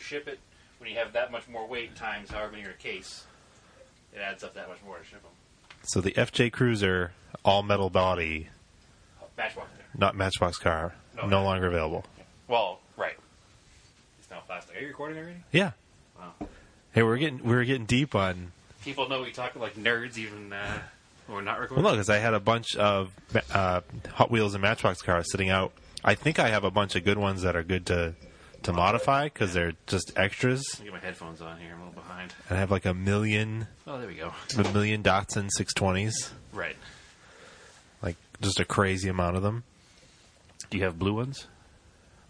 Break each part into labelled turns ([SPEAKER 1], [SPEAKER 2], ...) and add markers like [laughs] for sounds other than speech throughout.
[SPEAKER 1] ship it, when you have that much more weight times however many are in a case, it adds up that much more to ship them.
[SPEAKER 2] So the FJ Cruiser all metal body,
[SPEAKER 1] Oh, Matchbox car.
[SPEAKER 2] not Matchbox car,
[SPEAKER 1] No.
[SPEAKER 2] no longer available.
[SPEAKER 1] Well, right. It's now plastic. Are you recording already?
[SPEAKER 2] Yeah.
[SPEAKER 1] Wow.
[SPEAKER 2] Hey, we're getting we're getting deep on.
[SPEAKER 1] People know we talk like nerds even uh, when we're not
[SPEAKER 2] Well,
[SPEAKER 1] recording.
[SPEAKER 2] no, because I had a bunch of uh, Hot Wheels and Matchbox cars sitting out. I think I have a bunch of good ones that are good to to modify because they're just extras.
[SPEAKER 1] Let me get my headphones on here. I'm a little behind.
[SPEAKER 2] And I have like a million
[SPEAKER 1] Oh, there we go.
[SPEAKER 2] a million Datsun 620s,
[SPEAKER 1] Right.
[SPEAKER 2] like just a crazy amount of them.
[SPEAKER 1] Do you have blue ones?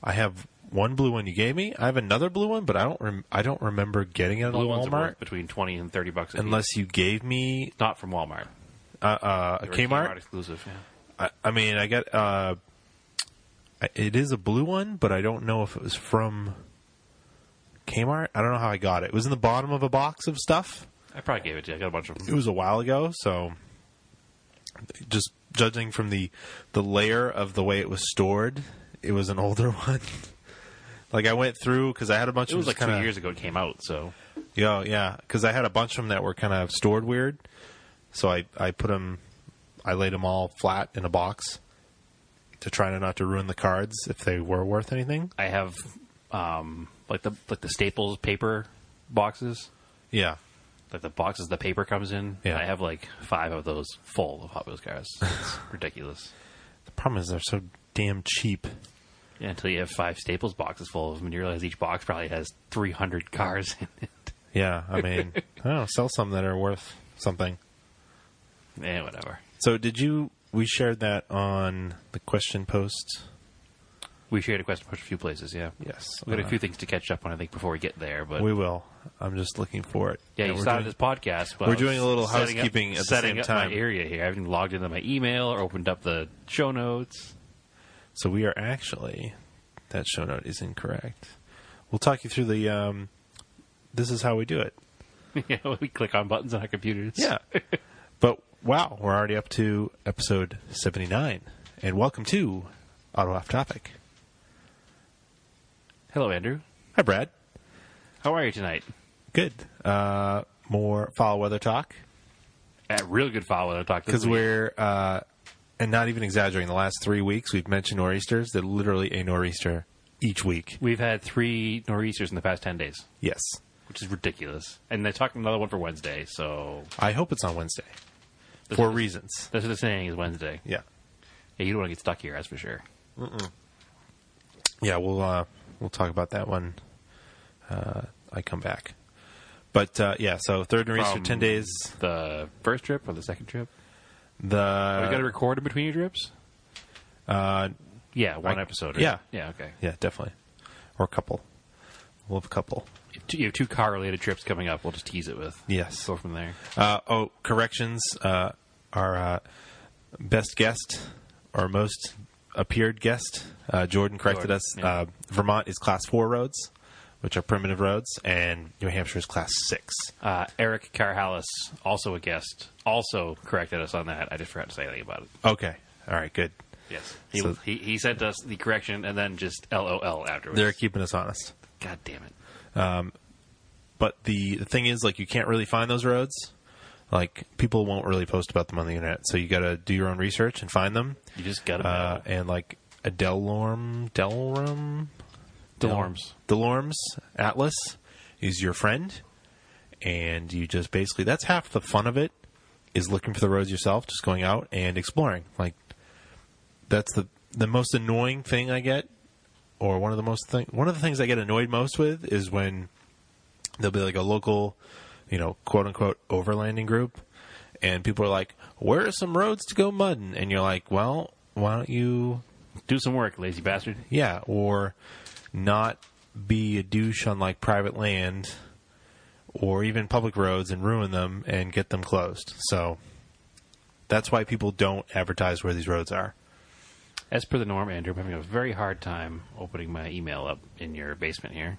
[SPEAKER 2] I have one blue one you gave me. I have another blue one, but I don't rem- I don't remember getting it at
[SPEAKER 1] Blue ones are
[SPEAKER 2] Walmart
[SPEAKER 1] worth between twenty and thirty bucks. a piece.
[SPEAKER 2] unless you gave me
[SPEAKER 1] not from Walmart.
[SPEAKER 2] uh, uh, a
[SPEAKER 1] They're
[SPEAKER 2] Kmart.
[SPEAKER 1] exclusive. Yeah.
[SPEAKER 2] I, I mean, I got uh, I- it is a blue one, but I don't know if it was from Kmart. I don't know how I got it. It was in the bottom of a box of stuff.
[SPEAKER 1] I probably gave it to you. I got a bunch of
[SPEAKER 2] It
[SPEAKER 1] them.
[SPEAKER 2] was a while ago, so just judging from the the layer of the way it was stored, it was an [laughs] older one. like I went through because I had a bunch
[SPEAKER 1] It
[SPEAKER 2] of
[SPEAKER 1] was like
[SPEAKER 2] kind
[SPEAKER 1] two
[SPEAKER 2] of
[SPEAKER 1] years ago it came out, so
[SPEAKER 2] Yeah, yeah. Because I had a bunch of them that were kind of stored weird, so I I put them, I laid them all flat in a box to try to not to ruin the cards if they were worth anything.
[SPEAKER 1] I have um, like the like the Staples paper boxes,
[SPEAKER 2] Yeah,
[SPEAKER 1] like the boxes the paper comes in.
[SPEAKER 2] Yeah.
[SPEAKER 1] I have like five of those full of Hot Wheels
[SPEAKER 2] [laughs]
[SPEAKER 1] cars. It's ridiculous.
[SPEAKER 2] the problem is they're so damn cheap.
[SPEAKER 1] Yeah, until you have five Staples boxes full of them, and you realize each box probably has three hundred cars in it. [laughs]
[SPEAKER 2] Yeah, I mean, I don't know, sell some that are worth something.
[SPEAKER 1] Eh, whatever.
[SPEAKER 2] So did you? We shared that on the question post.
[SPEAKER 1] We shared a question push a few places. Yeah,
[SPEAKER 2] Yes,
[SPEAKER 1] we got a few things to catch up on. I think before we get there, but
[SPEAKER 2] Uh, We will. I'm just looking for it.
[SPEAKER 1] Yeah, you
[SPEAKER 2] we're
[SPEAKER 1] started
[SPEAKER 2] doing-
[SPEAKER 1] this podcast. But
[SPEAKER 2] we're
[SPEAKER 1] I was
[SPEAKER 2] doing a little
[SPEAKER 1] setting up-
[SPEAKER 2] housekeeping at the
[SPEAKER 1] setting
[SPEAKER 2] same
[SPEAKER 1] up
[SPEAKER 2] time.
[SPEAKER 1] My area here. I haven't logged into my email or opened up the show notes. [laughs]
[SPEAKER 2] So we are actually that show note is incorrect. We'll talk you through the. Um, this is how we do it.
[SPEAKER 1] yeah, we click on buttons on our computers. [laughs]
[SPEAKER 2] but wow, we're already up to episode seventy nine, and welcome to Auto Off Topic.
[SPEAKER 1] Hello, Andrew.
[SPEAKER 2] Hi, Brad.
[SPEAKER 1] How are you tonight?
[SPEAKER 2] Good. Uh, more follow weather talk
[SPEAKER 1] At Uh, real good follow that talk this
[SPEAKER 2] because
[SPEAKER 1] week.
[SPEAKER 2] we're uh, and not even exaggerating. The last three weeks we've mentioned nor'easters. They're literally a nor'easter each week.
[SPEAKER 1] we've had three nor'easters in the past ten days,
[SPEAKER 2] Yes,
[SPEAKER 1] which is ridiculous. And they're talking another one for Wednesday. So
[SPEAKER 2] I hope it's on Wednesday
[SPEAKER 1] This
[SPEAKER 2] for
[SPEAKER 1] is-
[SPEAKER 2] reasons.
[SPEAKER 1] that's what they're saying is Wednesday.
[SPEAKER 2] Yeah.
[SPEAKER 1] Yeah, you don't want to get stuck here, that's for sure.
[SPEAKER 2] yeah, we'll uh, we'll talk about that when uh, I come back. But uh, yeah, so third and race for
[SPEAKER 1] From-
[SPEAKER 2] ten days.
[SPEAKER 1] The first trip or the second trip? we got to
[SPEAKER 2] The
[SPEAKER 1] record in between your trips.
[SPEAKER 2] uh,
[SPEAKER 1] Yeah, one
[SPEAKER 2] I-
[SPEAKER 1] episode.
[SPEAKER 2] yeah.
[SPEAKER 1] yeah, okay.
[SPEAKER 2] yeah, definitely, or a couple. We'll have a couple.
[SPEAKER 1] two, you have two car related trips coming up. We'll just tease it with.
[SPEAKER 2] Yes.
[SPEAKER 1] Go from there.
[SPEAKER 2] Uh, oh, corrections. Uh, our uh, best guest or most appeared guest, uh, Jordan corrected
[SPEAKER 1] Jordan,
[SPEAKER 2] us.
[SPEAKER 1] yeah.
[SPEAKER 2] Uh, Vermont is class four roads, which are primitive roads, and New Hampshire is class six.
[SPEAKER 1] Uh, Eric Carhalis, also a guest, also corrected us on that. I just forgot to say anything about it.
[SPEAKER 2] Okay, all right, good.
[SPEAKER 1] Yes. He,
[SPEAKER 2] So-
[SPEAKER 1] he, he sent us the correction and then just LOL afterwards.
[SPEAKER 2] They're keeping us honest.
[SPEAKER 1] God damn it.
[SPEAKER 2] but the, the thing is like you can't really find those roads like people won't really post about them on the internet so you gotta do your own research and find them
[SPEAKER 1] You just got to
[SPEAKER 2] uh, and like a delorm delorm
[SPEAKER 1] Delorms.
[SPEAKER 2] delorm's atlas is your friend and you just basically that's half the fun of it is looking for the roads yourself just going out and exploring like that's the the most annoying thing i get or one of the most thing one of the things i get annoyed most with is when there'll be like a local, you know, quote unquote overlanding group, and people are like, "Where are some roads to go mudding?" And you're like, "Well, why don't you,
[SPEAKER 1] Do some work, lazy bastard.
[SPEAKER 2] yeah, or not be a douche on like private land or even public roads and ruin them and get them closed." So that's why people don't advertise where these roads are.
[SPEAKER 1] As per the norm, Andrew, I'm having a very hard time opening my email up in your basement here.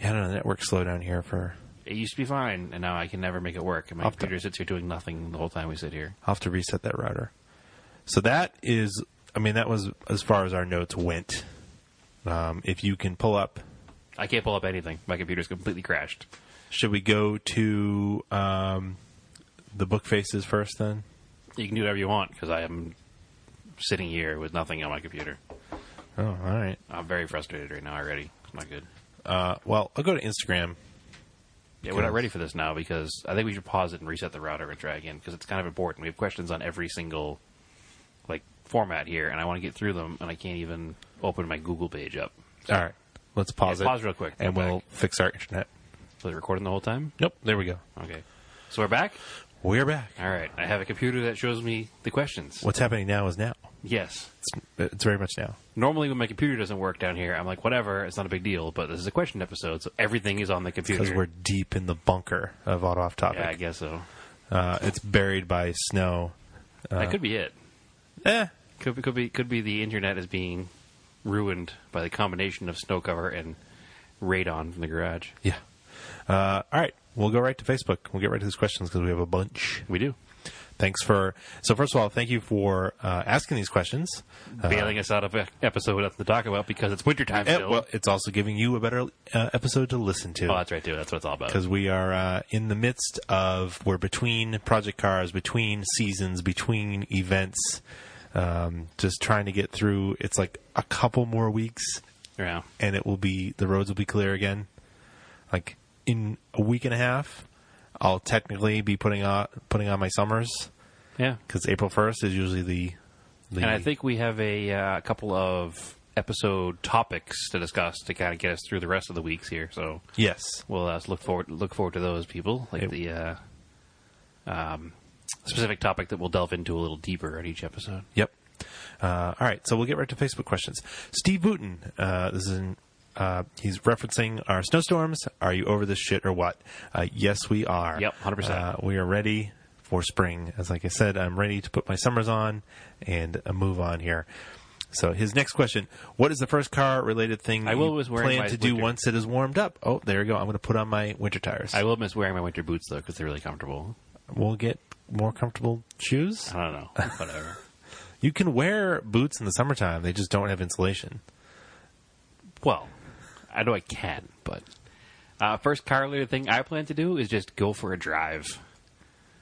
[SPEAKER 2] Yeah, I don't know. The network slow down here for.
[SPEAKER 1] It used to be fine, and now I can never make it work. And my
[SPEAKER 2] Off the-
[SPEAKER 1] computer sits here doing nothing the whole time we sit here.
[SPEAKER 2] I'll have to reset that router. So that is, I mean, that was as far as our notes went. Um, if you can pull up
[SPEAKER 1] I can't pull up anything. My computer's completely crashed.
[SPEAKER 2] Should we go to um, the book faces first then?
[SPEAKER 1] You can do whatever you want because I am sitting here with nothing on my computer.
[SPEAKER 2] Oh, all right.
[SPEAKER 1] I'm very frustrated right now already. It's not good.
[SPEAKER 2] Uh, well, I'll go to Instagram.
[SPEAKER 1] Yeah, we're not
[SPEAKER 2] Because-
[SPEAKER 1] ready for this now because I think we should pause it and reset the router and try again because it's kind of important. We have questions on every single like format here, and I want to get through them, and I can't even open my Google page up.
[SPEAKER 2] All right. Let's pause
[SPEAKER 1] Yeah,
[SPEAKER 2] it.
[SPEAKER 1] pause real quick.
[SPEAKER 2] And
[SPEAKER 1] Go
[SPEAKER 2] we'll fix our internet.
[SPEAKER 1] Was it recording the whole time?
[SPEAKER 2] Nope. There we go.
[SPEAKER 1] Okay, so we're back.
[SPEAKER 2] We're back.
[SPEAKER 1] All right, I have a computer that shows me the questions.
[SPEAKER 2] What's happening now is now.
[SPEAKER 1] Yes.
[SPEAKER 2] It's, it's very much now.
[SPEAKER 1] Normally, when my computer doesn't work down here, I'm like, whatever, it's not a big deal. But this is a question episode, so everything is on the computer.
[SPEAKER 2] Because we're deep in the bunker of auto off
[SPEAKER 1] yeah, I
[SPEAKER 2] topic.
[SPEAKER 1] guess so.
[SPEAKER 2] uh, it's buried by snow.
[SPEAKER 1] that could be it.
[SPEAKER 2] Eh.
[SPEAKER 1] Could be, could be could be the internet is being ruined by the combination of snow cover and radon from the garage.
[SPEAKER 2] Yeah. Uh, all right. We'll go right to Facebook. We'll get right to these questions because we have a bunch.
[SPEAKER 1] We do
[SPEAKER 2] Thanks for. So, first of all, thank you for uh, asking these questions. Uh,
[SPEAKER 1] bailing us out of an episode nothing to talk about because it's wintertime
[SPEAKER 2] eh,
[SPEAKER 1] still.
[SPEAKER 2] well, it's also giving you a better uh, episode to listen to.
[SPEAKER 1] oh, that's right too. That's what it's all about.
[SPEAKER 2] because we are uh, in the midst of we're between project cars, between seasons, between events, um, just trying to get through. It's like a couple more weeks,
[SPEAKER 1] Yeah,
[SPEAKER 2] and it will be the roads will be clear again. Like in a week and a half, I'll technically be putting on putting on my summers
[SPEAKER 1] yeah.
[SPEAKER 2] because April first is usually the. the
[SPEAKER 1] And I think we have a uh, couple of episode topics to discuss to kind of get us through the rest of the weeks here. So
[SPEAKER 2] yes,
[SPEAKER 1] we'll uh, look forward look forward to those people like
[SPEAKER 2] It-
[SPEAKER 1] the uh, um, specific topic that we'll delve into a little deeper on each episode.
[SPEAKER 2] Yep. Uh, all right, so we'll get right to Facebook questions. Steve Wooten, uh, this is an, uh, he's referencing our snowstorms. Are you over this shit or what? Uh, yes, we are.
[SPEAKER 1] Yep, 100%.
[SPEAKER 2] Uh, we are ready for spring. As like I said, I'm ready to put my summers on and uh, move on here. So his next question: What is the first car-related thing
[SPEAKER 1] I will
[SPEAKER 2] you
[SPEAKER 1] was wearing
[SPEAKER 2] plan
[SPEAKER 1] my
[SPEAKER 2] to do
[SPEAKER 1] winter-
[SPEAKER 2] once it is warmed up? Oh, there you go. I'm going to put on my winter tires.
[SPEAKER 1] I will miss wearing my winter boots though because they're really comfortable.
[SPEAKER 2] we'll get more comfortable shoes.
[SPEAKER 1] I don't know. Whatever. [laughs]
[SPEAKER 2] You can wear boots in the summertime; they just don't have insulation.
[SPEAKER 1] well, I know I can, but uh, first car related thing I plan to do is just go for a drive.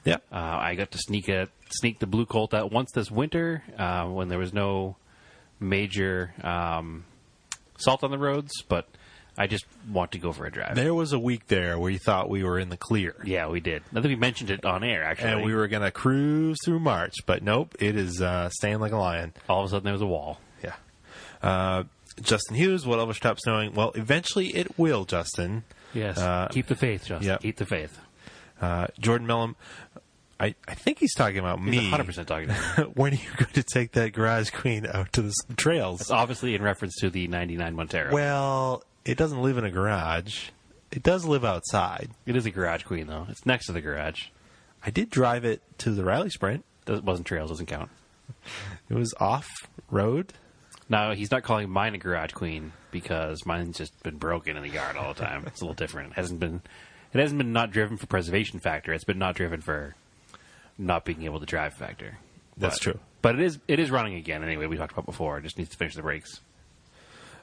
[SPEAKER 2] Yeah.
[SPEAKER 1] Uh, I got to sneak a sneak the blue Colt out once this winter uh, when there was no major um, salt on the roads, but I just want to go for a drive.
[SPEAKER 2] There was a week there where you thought we were in the clear.
[SPEAKER 1] yeah, we did. I think we mentioned it on air actually.
[SPEAKER 2] And we were going to cruise through March, but nope, it is uh, staying like a lion.
[SPEAKER 1] all of a sudden there was a wall.
[SPEAKER 2] Yeah. Uh, Justin Hughes, what Elvis stops knowing? Well, eventually it will, Justin.
[SPEAKER 1] Yes,
[SPEAKER 2] Uh,
[SPEAKER 1] keep the faith, Justin.
[SPEAKER 2] yeah.
[SPEAKER 1] Keep the faith.
[SPEAKER 2] Uh, Jordan Mellum, I, I think he's talking about
[SPEAKER 1] He's
[SPEAKER 2] me.
[SPEAKER 1] 100% talking. to me.
[SPEAKER 2] [laughs] when are you going to take that garage queen out to the s- trails?
[SPEAKER 1] It's obviously in reference to the 99 Montero.
[SPEAKER 2] Well, it doesn't live in a garage. It does live outside.
[SPEAKER 1] It is a garage queen, though. It's next to the garage.
[SPEAKER 2] I did drive it to the Riley Sprint.
[SPEAKER 1] Does, wasn't trails, doesn't count.
[SPEAKER 2] It was off road.
[SPEAKER 1] No, he's not calling mine a garage queen because mine's just been broken in the yard all the time. It's a little different. It hasn't been, it hasn't been not driven for preservation factor. It's been not driven for not being able to drive factor.
[SPEAKER 2] That's
[SPEAKER 1] But-
[SPEAKER 2] true.
[SPEAKER 1] But it is it is running again anyway. We talked about before. It just needs to finish the brakes.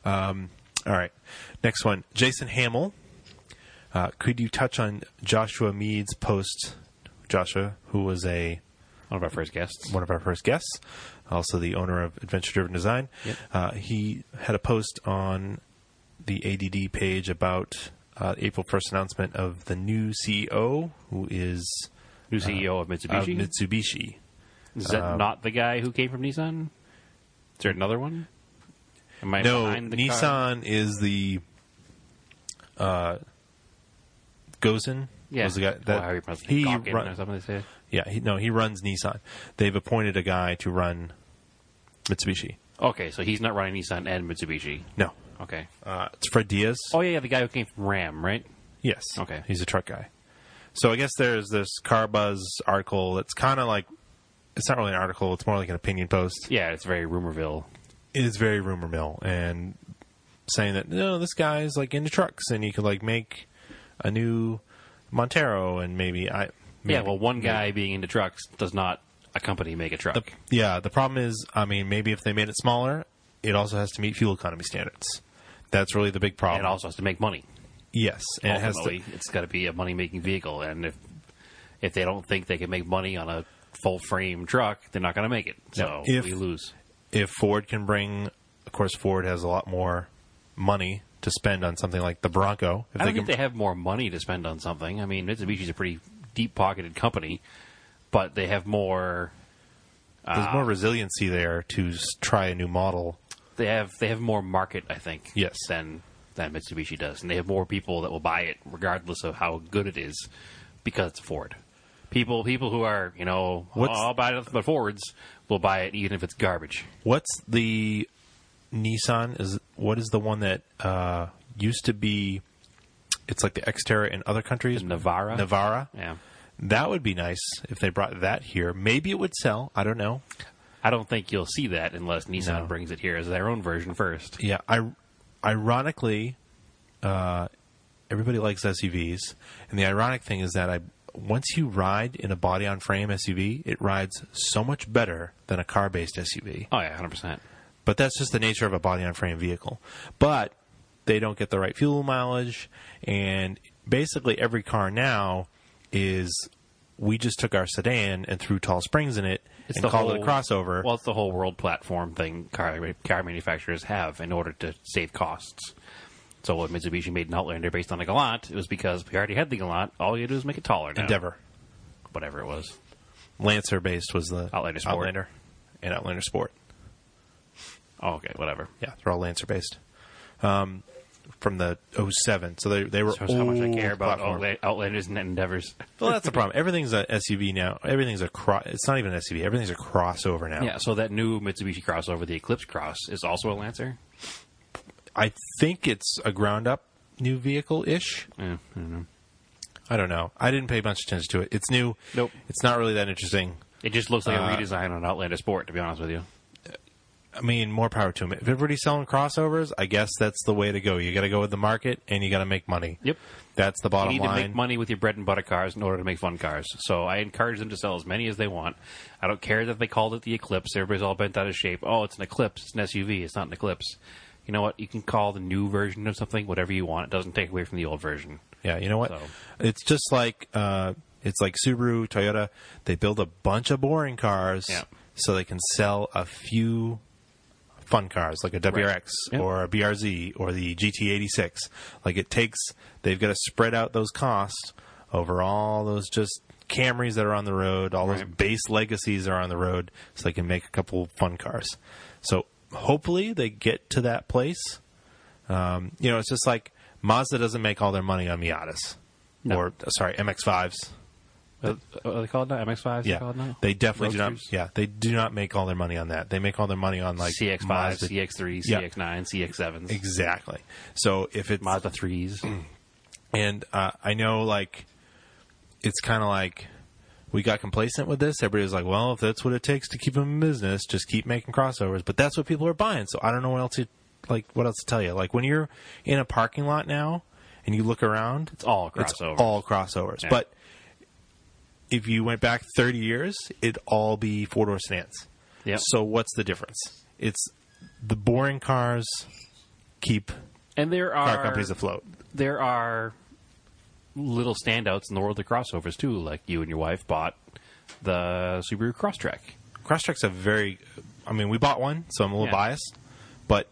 [SPEAKER 2] All right. Next one. Jason Hamill. Uh, could you touch on Joshua Mead's post? Joshua, who was a
[SPEAKER 1] One of our first guests.
[SPEAKER 2] one of our first guests, also the owner of Adventure Driven Design.
[SPEAKER 1] Yep.
[SPEAKER 2] Uh, he had a post on the ADD page about uh, April 1st announcement of the new CEO, who is
[SPEAKER 1] New CEO of
[SPEAKER 2] of
[SPEAKER 1] Mitsubishi.
[SPEAKER 2] Mitsubishi.
[SPEAKER 1] is that
[SPEAKER 2] uh,
[SPEAKER 1] not the guy who came from Nissan? Is there another one? Am I
[SPEAKER 2] No,
[SPEAKER 1] behind the
[SPEAKER 2] Nissan
[SPEAKER 1] car?
[SPEAKER 2] is the uh, Gozen.
[SPEAKER 1] Yeah.
[SPEAKER 2] was the guy
[SPEAKER 1] oh, how you pronounce it?
[SPEAKER 2] he
[SPEAKER 1] Gawkin
[SPEAKER 2] run-
[SPEAKER 1] or something they say.
[SPEAKER 2] Yeah, he, no, he runs Nissan. They've appointed a guy to run Mitsubishi.
[SPEAKER 1] Okay, so he's not running Nissan and Mitsubishi.
[SPEAKER 2] No,
[SPEAKER 1] Okay.
[SPEAKER 2] uh, it's Fred Diaz.
[SPEAKER 1] Oh yeah, yeah, the guy who came from Ram, right?
[SPEAKER 2] Yes,
[SPEAKER 1] Okay.
[SPEAKER 2] he's a truck guy. So I guess there's this Car Buzz article. It's kind of like it's not really an article. It's more like an opinion post.
[SPEAKER 1] Yeah, it's very rumorville.
[SPEAKER 2] It is very rumor mill and saying that no, this guy's like into trucks and you could like make a new Montero and maybe I.
[SPEAKER 1] Yeah,
[SPEAKER 2] maybe-
[SPEAKER 1] well, one guy being into trucks does not a company make a truck.
[SPEAKER 2] The, yeah, the problem is, I mean, maybe if they made it smaller, it also has to meet fuel economy standards. That's really the big problem.
[SPEAKER 1] It also has to make money.
[SPEAKER 2] yes, and it has to.
[SPEAKER 1] Ultimately, it's got to be a money making vehicle, and if if they don't think they can make money on a full frame truck, they're not going to make it. So
[SPEAKER 2] Yeah, if-
[SPEAKER 1] we lose.
[SPEAKER 2] If Ford can bring, of course, Ford has a lot more money to spend on something like the Bronco. If
[SPEAKER 1] I don't
[SPEAKER 2] can,
[SPEAKER 1] think they have more money to spend on something. I mean, Mitsubishi's a pretty deep pocketed company, but they have more.
[SPEAKER 2] there's more resiliency there to s- try a new model.
[SPEAKER 1] They have they have more market, I think.
[SPEAKER 2] Yes.
[SPEAKER 1] than than Mitsubishi does, and they have more people that will buy it, regardless of how good it is, because it's Ford. People people who are you know
[SPEAKER 2] What's-
[SPEAKER 1] all about nothing but Fords will buy it even if it's garbage.
[SPEAKER 2] What's the Nissan? Is what is the one that uh, used to be? It's like the Xterra in other countries.
[SPEAKER 1] The Navara?
[SPEAKER 2] Navara.
[SPEAKER 1] Yeah,
[SPEAKER 2] That would be nice if they brought that here. Maybe it would sell. I don't know.
[SPEAKER 1] I don't think you'll see that unless Nissan
[SPEAKER 2] No.
[SPEAKER 1] brings it here as their own version first.
[SPEAKER 2] Yeah, I ironically, uh, everybody likes SUVs, and the ironic thing is that I once you ride in a body on frame SUV, it rides so much better than a car based SUV.
[SPEAKER 1] Oh yeah, hundred percent.
[SPEAKER 2] But that's just the nature of a body on frame vehicle. But they don't get the right fuel mileage, and basically every car now is we just took our sedan and threw tall springs in it and called it a crossover.
[SPEAKER 1] Well, it's the whole world platform thing car, car manufacturers have in order to save costs. So when Mitsubishi made an Outlander based on a Galant, it was because we already had the Galant. All you had to do is make it taller now.
[SPEAKER 2] Endeavor.
[SPEAKER 1] Whatever it was.
[SPEAKER 2] Lancer based was the
[SPEAKER 1] Outlander Sport.
[SPEAKER 2] Outlander and Outlander Sport.
[SPEAKER 1] Oh, okay, whatever.
[SPEAKER 2] Yeah, they're all Lancer based. Um, from the 07. So they they were
[SPEAKER 1] Shows how much I
[SPEAKER 2] old
[SPEAKER 1] care about
[SPEAKER 2] platform.
[SPEAKER 1] Outla- Outlanders and Endeavors.
[SPEAKER 2] Well, that's the problem. Everything's a SUV now. Everything's a cro- it's not even an SUV. Everything's a crossover now.
[SPEAKER 1] Yeah, so that new Mitsubishi crossover, the Eclipse Cross, is also a Lancer.
[SPEAKER 2] I think it's a ground up new vehicle ish.
[SPEAKER 1] Yeah, I don't know.
[SPEAKER 2] I don't know. I didn't pay much attention to it. It's new.
[SPEAKER 1] Nope.
[SPEAKER 2] It's not really that interesting.
[SPEAKER 1] It just looks like
[SPEAKER 2] Uh,
[SPEAKER 1] a redesign on Outlander Sport, to be honest with you.
[SPEAKER 2] I mean, more power to them. If everybody's selling crossovers, I guess that's the way to go. You got to go with the market and you got to make money.
[SPEAKER 1] Yep.
[SPEAKER 2] That's the bottom
[SPEAKER 1] You need
[SPEAKER 2] line.
[SPEAKER 1] to make money with your bread and butter cars in order to make fun cars. So I encourage them to sell as many as they want. I don't care that they called it the Eclipse. Everybody's all bent out of shape. Oh, it's an Eclipse. It's an SUV. It's not an Eclipse. You know what? You can call the new version of something whatever you want. It doesn't take away from the old version.
[SPEAKER 2] Yeah, you know what?
[SPEAKER 1] So-
[SPEAKER 2] It's just like uh, it's like Subaru, Toyota. They build a bunch of boring cars
[SPEAKER 1] Yeah.
[SPEAKER 2] so they can sell a few fun cars, like a WRX
[SPEAKER 1] Yep.
[SPEAKER 2] or a BRZ or the GT86. Like it takes, they've got to spread out those costs over all those just Camrys that are on the road, all those
[SPEAKER 1] Right.
[SPEAKER 2] base legacies that are on the road, so they can make a couple fun cars. So hopefully they get to that place Um, you know, it's just like Mazda doesn't make all their money on Miatas
[SPEAKER 1] No.
[SPEAKER 2] or uh, sorry MX-5s.
[SPEAKER 1] uh, What are they called now? MX-5s?
[SPEAKER 2] Yeah,
[SPEAKER 1] Called now?
[SPEAKER 2] they definitely
[SPEAKER 1] Oh, Roadsters?
[SPEAKER 2] do not. Yeah, they do not make all their money on that. They make all their money on like
[SPEAKER 1] CX-5,
[SPEAKER 2] Mazda-
[SPEAKER 1] CX-3,
[SPEAKER 2] Yeah.
[SPEAKER 1] CX-9, CX-7s.
[SPEAKER 2] Exactly. So if it's
[SPEAKER 1] Mazda 3s.
[SPEAKER 2] and uh, I know like it's kind of like we got complacent with this. Everybody's like, well, if that's what it takes to keep them in business, just keep making crossovers. But that's what people are buying. So I don't know what else to like. What else to tell you? Like when you're in a parking lot now and you look around,
[SPEAKER 1] It's all crossovers.
[SPEAKER 2] It's all crossovers.
[SPEAKER 1] Yeah.
[SPEAKER 2] But if you went back 30 years, it'd all be four door sedans.
[SPEAKER 1] Yep.
[SPEAKER 2] So what's the difference? It's the boring cars keep
[SPEAKER 1] and there
[SPEAKER 2] car
[SPEAKER 1] are
[SPEAKER 2] companies afloat.
[SPEAKER 1] there are little standouts in the world of crossovers too. Like you and your wife bought the Subaru Crosstrek.
[SPEAKER 2] Crosstrek's a very, I mean, we bought one, so I'm a little
[SPEAKER 1] Yeah.
[SPEAKER 2] biased, but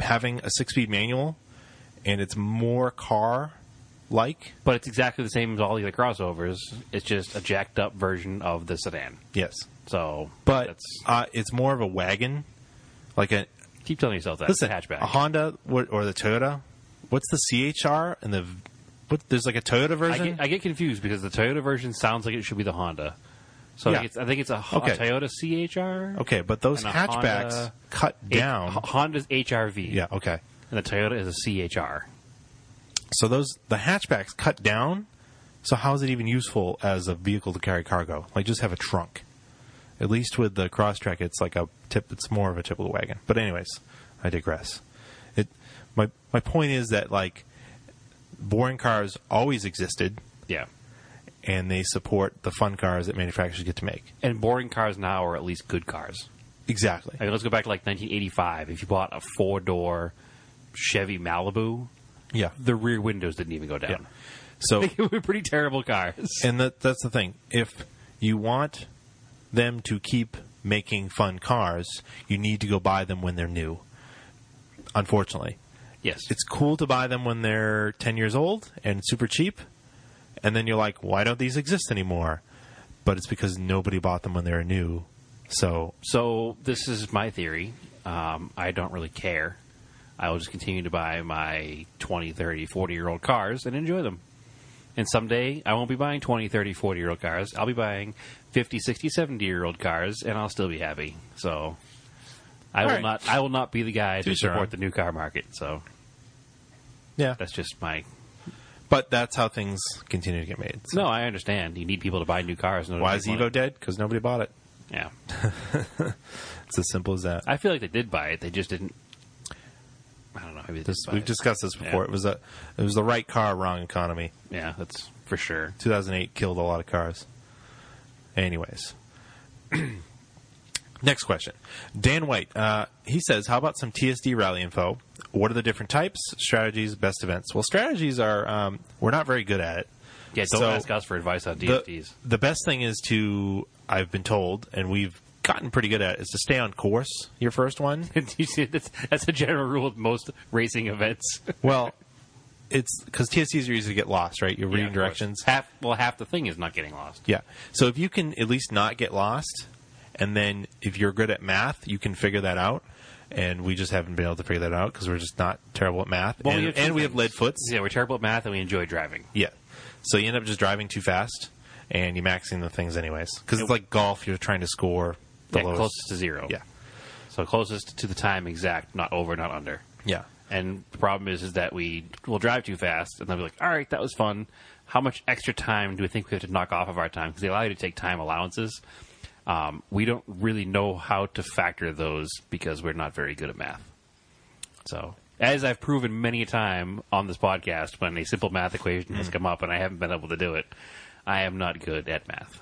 [SPEAKER 2] having a six speed manual and it's more car like,
[SPEAKER 1] But it's exactly the same as all the other crossovers. It's just a jacked up version of the sedan.
[SPEAKER 2] yes.
[SPEAKER 1] So,
[SPEAKER 2] But
[SPEAKER 1] that's,
[SPEAKER 2] uh, it's more of a wagon, like a
[SPEAKER 1] keep telling yourself that.
[SPEAKER 2] Listen,
[SPEAKER 1] it's a hatchback.
[SPEAKER 2] a Honda what- or the Toyota. What's the CHR and the what? There's like a Toyota
[SPEAKER 1] I
[SPEAKER 2] version.
[SPEAKER 1] get, I get confused because the Toyota version sounds like it should be the Honda. So
[SPEAKER 2] Yeah.
[SPEAKER 1] I, think it's, I think it's a, Ho-
[SPEAKER 2] Okay.
[SPEAKER 1] Toyota CHR.
[SPEAKER 2] okay, but those
[SPEAKER 1] and a
[SPEAKER 2] hatchbacks
[SPEAKER 1] Honda-
[SPEAKER 2] cut
[SPEAKER 1] H-
[SPEAKER 2] down.
[SPEAKER 1] H- Honda's HRV.
[SPEAKER 2] yeah, okay.
[SPEAKER 1] And the Toyota is a CHR.
[SPEAKER 2] So those the hatchbacks cut down. So how is it even useful as a vehicle to carry cargo? Like just have a trunk. At least with the Crosstrek, it's like a tip. It's more of a tip of the wagon. But anyways, I digress. It my my point is that like boring cars always existed,
[SPEAKER 1] Yeah.
[SPEAKER 2] and they support the fun cars that manufacturers get to make.
[SPEAKER 1] And boring cars now are at least good cars.
[SPEAKER 2] Exactly.
[SPEAKER 1] I mean, let's go back to like 1985. If you bought a four door Chevy Malibu,
[SPEAKER 2] Yeah.
[SPEAKER 1] the rear windows didn't even go down.
[SPEAKER 2] Yeah. Oh. So
[SPEAKER 1] [laughs] They were pretty terrible
[SPEAKER 2] [laughs]
[SPEAKER 1] cars.
[SPEAKER 2] and that that's the thing. If you want them to keep making fun cars, you need to go buy them when they're new. Unfortunately,
[SPEAKER 1] Yes,
[SPEAKER 2] it's cool to buy them when they're 10 years old and super cheap. And then you're like, why don't these exist anymore? But it's because nobody bought them when they were new. So,
[SPEAKER 1] So this is my theory. Um, I don't really care. I will just continue to buy my 20, 30, 40 year old cars and enjoy them. And someday I won't be buying 20, 30, 40 year old cars. I'll be buying 50, 60, 70 year old cars and I'll still be happy. So I will
[SPEAKER 2] right.
[SPEAKER 1] not I will not be the guy to
[SPEAKER 2] Each their
[SPEAKER 1] support
[SPEAKER 2] own.
[SPEAKER 1] the new car market. So
[SPEAKER 2] yeah.
[SPEAKER 1] that's just my
[SPEAKER 2] But that's how things continue to get made. So
[SPEAKER 1] No, I understand. You need people to buy new cars. in order
[SPEAKER 2] why
[SPEAKER 1] to
[SPEAKER 2] is
[SPEAKER 1] make
[SPEAKER 2] Evo
[SPEAKER 1] money.
[SPEAKER 2] dead? Because nobody bought it.
[SPEAKER 1] Yeah.
[SPEAKER 2] It's as simple as that.
[SPEAKER 1] I feel like they did buy it. They just didn't I don't know. Maybe they
[SPEAKER 2] This,
[SPEAKER 1] didn't buy
[SPEAKER 2] we've
[SPEAKER 1] it.
[SPEAKER 2] discussed this before.
[SPEAKER 1] Yeah.
[SPEAKER 2] It was a, it was the right car, wrong economy.
[SPEAKER 1] Yeah, that's for sure.
[SPEAKER 2] 2008 killed a lot of cars. Anyways. [clears throat] Next question. Dan White, uh, he says, How about some TSD rally info? What are the different types, strategies, best events? Well, strategies are, um, we're not very good at it.
[SPEAKER 1] Yeah, don't
[SPEAKER 2] So,
[SPEAKER 1] ask us for advice on
[SPEAKER 2] The,
[SPEAKER 1] DFTs. [laughs]
[SPEAKER 2] the best thing is to, I've been told, and we've gotten pretty good at it, is to stay on course, your first one.
[SPEAKER 1] You see, that's, that's a general rule of most racing events.
[SPEAKER 2] well, it's because TSDs are easy to get lost, right? You're [laughs] reading
[SPEAKER 1] of course.
[SPEAKER 2] directions.
[SPEAKER 1] Half well, half the thing is not getting lost.
[SPEAKER 2] Yeah. So if you can at least not get lost, and then if you're good at math, you can figure that out. And we just haven't been able to figure that out because we're just not terrible at math.
[SPEAKER 1] Well, we
[SPEAKER 2] and
[SPEAKER 1] have two
[SPEAKER 2] and we have
[SPEAKER 1] things.
[SPEAKER 2] lead foots.
[SPEAKER 1] Yeah, we're terrible at math and we enjoy driving.
[SPEAKER 2] Yeah. So you end up just driving too fast, and you're maxing the things anyways. Because it's
[SPEAKER 1] Yeah.
[SPEAKER 2] like golf, you're trying to score the
[SPEAKER 1] Yeah,
[SPEAKER 2] lowest.
[SPEAKER 1] closest to zero.
[SPEAKER 2] Yeah.
[SPEAKER 1] So closest to the time exact, not over, not under.
[SPEAKER 2] Yeah.
[SPEAKER 1] And the problem is, is that we will drive too fast, and they'll be like, "All right, that was fun. How much extra time do we think we have to knock off of our time?" Because they allow you to take time allowances. Um, we don't really know how to factor those because we're not very good at math. So, as I've proven many a time on this podcast, when a simple math equation has come up and I haven't been able to do it, I am not good at math.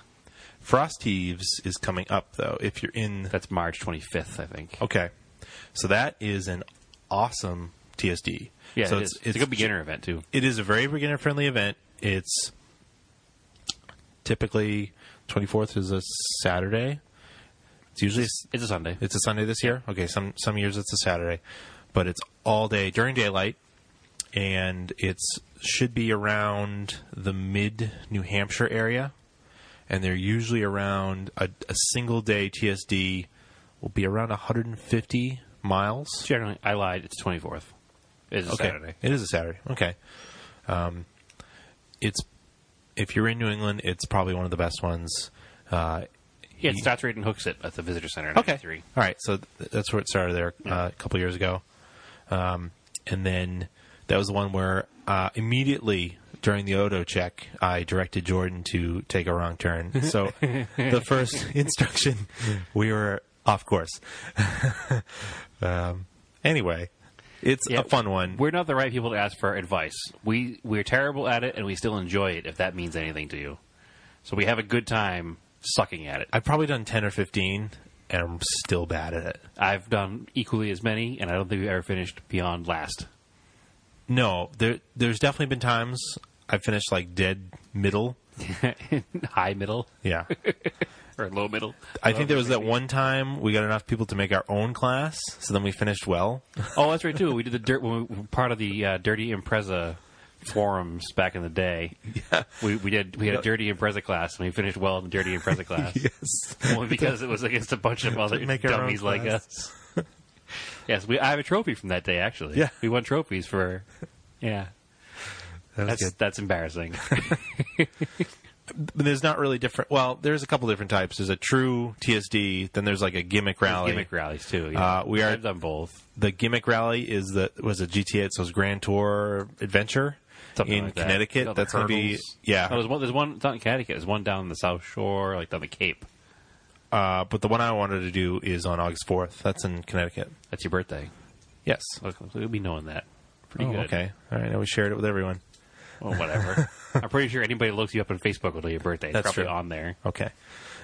[SPEAKER 2] Frost Heaves is coming up, though, if you're in
[SPEAKER 1] That's March 25th, I think.
[SPEAKER 2] Okay. So that is an awesome TSD.
[SPEAKER 1] Yeah,
[SPEAKER 2] so
[SPEAKER 1] it is. It's, a good beginner event too.
[SPEAKER 2] it is a very beginner friendly event. It's typically 24th is a Saturday. It's usually
[SPEAKER 1] It's a Sunday.
[SPEAKER 2] it's a Sunday this year. Okay, some some years it's a Saturday, but it's all day during daylight and it's should be around the mid New Hampshire area and they're usually around a, a single day TSD will be around 150 miles.
[SPEAKER 1] Generally, I lied. It's 24th. It's a
[SPEAKER 2] Okay.
[SPEAKER 1] Saturday.
[SPEAKER 2] It is a Saturday. Okay. Um, it's if you're in New England, it's probably one of the best ones. Uh,
[SPEAKER 1] Yeah, it starts right in Hooksett at the visitor center. in 93.
[SPEAKER 2] All right. So th- that's where it started there uh, a couple years ago, um, and then that was the one where uh, immediately during the auto check, I directed Jordan to take a wrong turn. So the first [laughs] instruction, we were off course. [laughs] um, anyway, it's
[SPEAKER 1] Yeah.
[SPEAKER 2] a fun one.
[SPEAKER 1] We're not the right people to ask for advice. We we're terrible at it, and we still enjoy it. If that means anything to you, so we have a good time sucking at it.
[SPEAKER 2] I've probably done 10 or 15 and I'm still bad at it.
[SPEAKER 1] I've done equally as many, and I don't think we've ever finished beyond last. [laughs]
[SPEAKER 2] No, there there's definitely been times I finished like dead middle.
[SPEAKER 1] High middle [laughs]
[SPEAKER 2] Yeah.
[SPEAKER 1] or low middle.
[SPEAKER 2] I think there was that one time we got enough people to make our own class, so then we finished well.
[SPEAKER 1] Oh, that's right too. We did the dirt when we were part of the uh, Dirty Impreza forums back in the
[SPEAKER 2] [laughs]
[SPEAKER 1] day. Yeah. We we did we had a Dirty Impreza class and we finished well in the Dirty Impreza
[SPEAKER 2] [laughs]
[SPEAKER 1] class.
[SPEAKER 2] [laughs] Yes.
[SPEAKER 1] [laughs] Only because it was against a bunch
[SPEAKER 2] [laughs]
[SPEAKER 1] of other
[SPEAKER 2] Make our own
[SPEAKER 1] dummies like
[SPEAKER 2] class.
[SPEAKER 1] us. [laughs] yes, we I have a trophy from that day actually.
[SPEAKER 2] Yeah.
[SPEAKER 1] We won trophies for yeah.
[SPEAKER 2] That was
[SPEAKER 1] That's
[SPEAKER 2] good.
[SPEAKER 1] that's embarrassing.
[SPEAKER 2] But there's not really different. Well, there's a couple different types. There's a true TSD, then there's like a gimmick [laughs]
[SPEAKER 1] [laughs]
[SPEAKER 2] rally.
[SPEAKER 1] Gimmick rallies too.
[SPEAKER 2] Uh, we are-
[SPEAKER 1] I've done both.
[SPEAKER 2] the gimmick rally is the was a GTA. It's those Grand Tour Adventure
[SPEAKER 1] Something
[SPEAKER 2] in
[SPEAKER 1] like that.
[SPEAKER 2] Connecticut.
[SPEAKER 1] Got the
[SPEAKER 2] That's going to be
[SPEAKER 1] hurdles.
[SPEAKER 2] yeah.
[SPEAKER 1] Oh, there's one. There's one it's not in Connecticut. There's one down the South Shore, like down the Cape.
[SPEAKER 2] Uh, but the one I wanted to do is on August 4th. That's in Connecticut.
[SPEAKER 1] That's your birthday.
[SPEAKER 2] Yes.
[SPEAKER 1] Look, we'll be knowing that. Pretty
[SPEAKER 2] Oh,
[SPEAKER 1] good.
[SPEAKER 2] Okay. All right. Now we shared it with everyone.
[SPEAKER 1] Well,
[SPEAKER 2] [laughs]
[SPEAKER 1] whatever. I'm pretty sure anybody that looks you up on Facebook will know your birthday. It's
[SPEAKER 2] That's
[SPEAKER 1] probably
[SPEAKER 2] true.
[SPEAKER 1] on there.
[SPEAKER 2] Okay.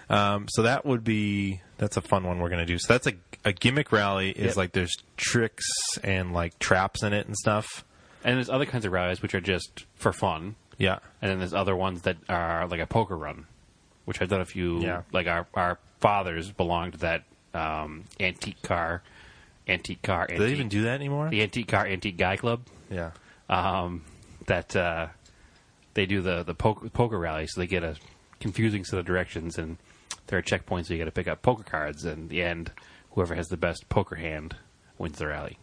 [SPEAKER 2] Um, so that would be that's a fun one we're going to do. So that's a a gimmick rally is
[SPEAKER 1] Yep.
[SPEAKER 2] like there's tricks and like traps in it and stuff.
[SPEAKER 1] And there's other kinds of rallies which are just for fun,
[SPEAKER 2] Yeah.
[SPEAKER 1] and then there's other ones that are like a poker run, which I've done a few.
[SPEAKER 2] Yeah.
[SPEAKER 1] Like our our fathers belonged to that um, antique car, antique car. Antique,
[SPEAKER 2] Do they even do that anymore?
[SPEAKER 1] the antique car antique guy club?
[SPEAKER 2] Yeah.
[SPEAKER 1] that uh, they do the the poker, poker rally, so they get a confusing set of directions, and there are checkpoints. So you got to pick up poker cards, and in the end, whoever has the best poker hand wins the rally.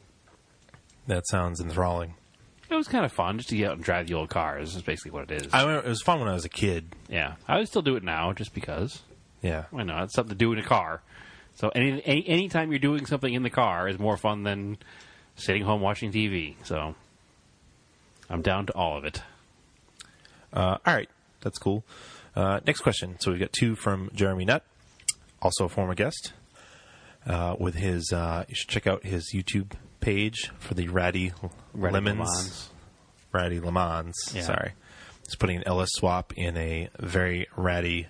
[SPEAKER 2] That sounds enthralling.
[SPEAKER 1] It was kind of fun just to get out and drive the old cars. Is basically what it is.
[SPEAKER 2] I remember it was fun when I was a kid.
[SPEAKER 1] yeah, I would still do it now, just because
[SPEAKER 2] Yeah.
[SPEAKER 1] why not? It's something to do in a car. So any, any anytime you're doing something in the car is more fun than sitting home watching TV. So I'm down to all of it.
[SPEAKER 2] Uh, all right, that's cool. Uh, next question. So we've got two from Jeremy Nutt, also a former guest. Uh, with his, uh, you should check out his YouTube page for the Ratty,
[SPEAKER 1] Red
[SPEAKER 2] Lemons,
[SPEAKER 1] Lemons.
[SPEAKER 2] Ratty Lemons.
[SPEAKER 1] Yeah.
[SPEAKER 2] Sorry, he's putting an LS swap in a very ratty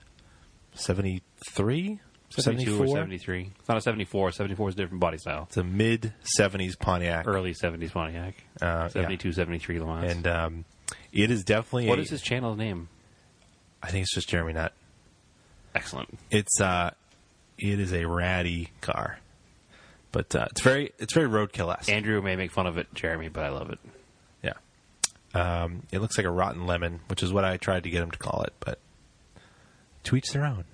[SPEAKER 2] 73?
[SPEAKER 1] 72 or
[SPEAKER 2] 74?
[SPEAKER 1] 73. It's not a 74. 74 is a different body style.
[SPEAKER 2] It's a mid seventies Pontiac,
[SPEAKER 1] Early 70s Pontiac.
[SPEAKER 2] Uh,
[SPEAKER 1] 72, 73 Le Mans.
[SPEAKER 2] and um, it is definitely.
[SPEAKER 1] what
[SPEAKER 2] a-
[SPEAKER 1] is his channel name?
[SPEAKER 2] I think it's just Jeremy Nutt.
[SPEAKER 1] Excellent.
[SPEAKER 2] it's uh it is a ratty car but uh, it's very it's very roadkill esque
[SPEAKER 1] Andrew may make fun of it, Jeremy, but I love it.
[SPEAKER 2] yeah um, it looks like a rotten lemon which is what i tried to get him to call it but to each their own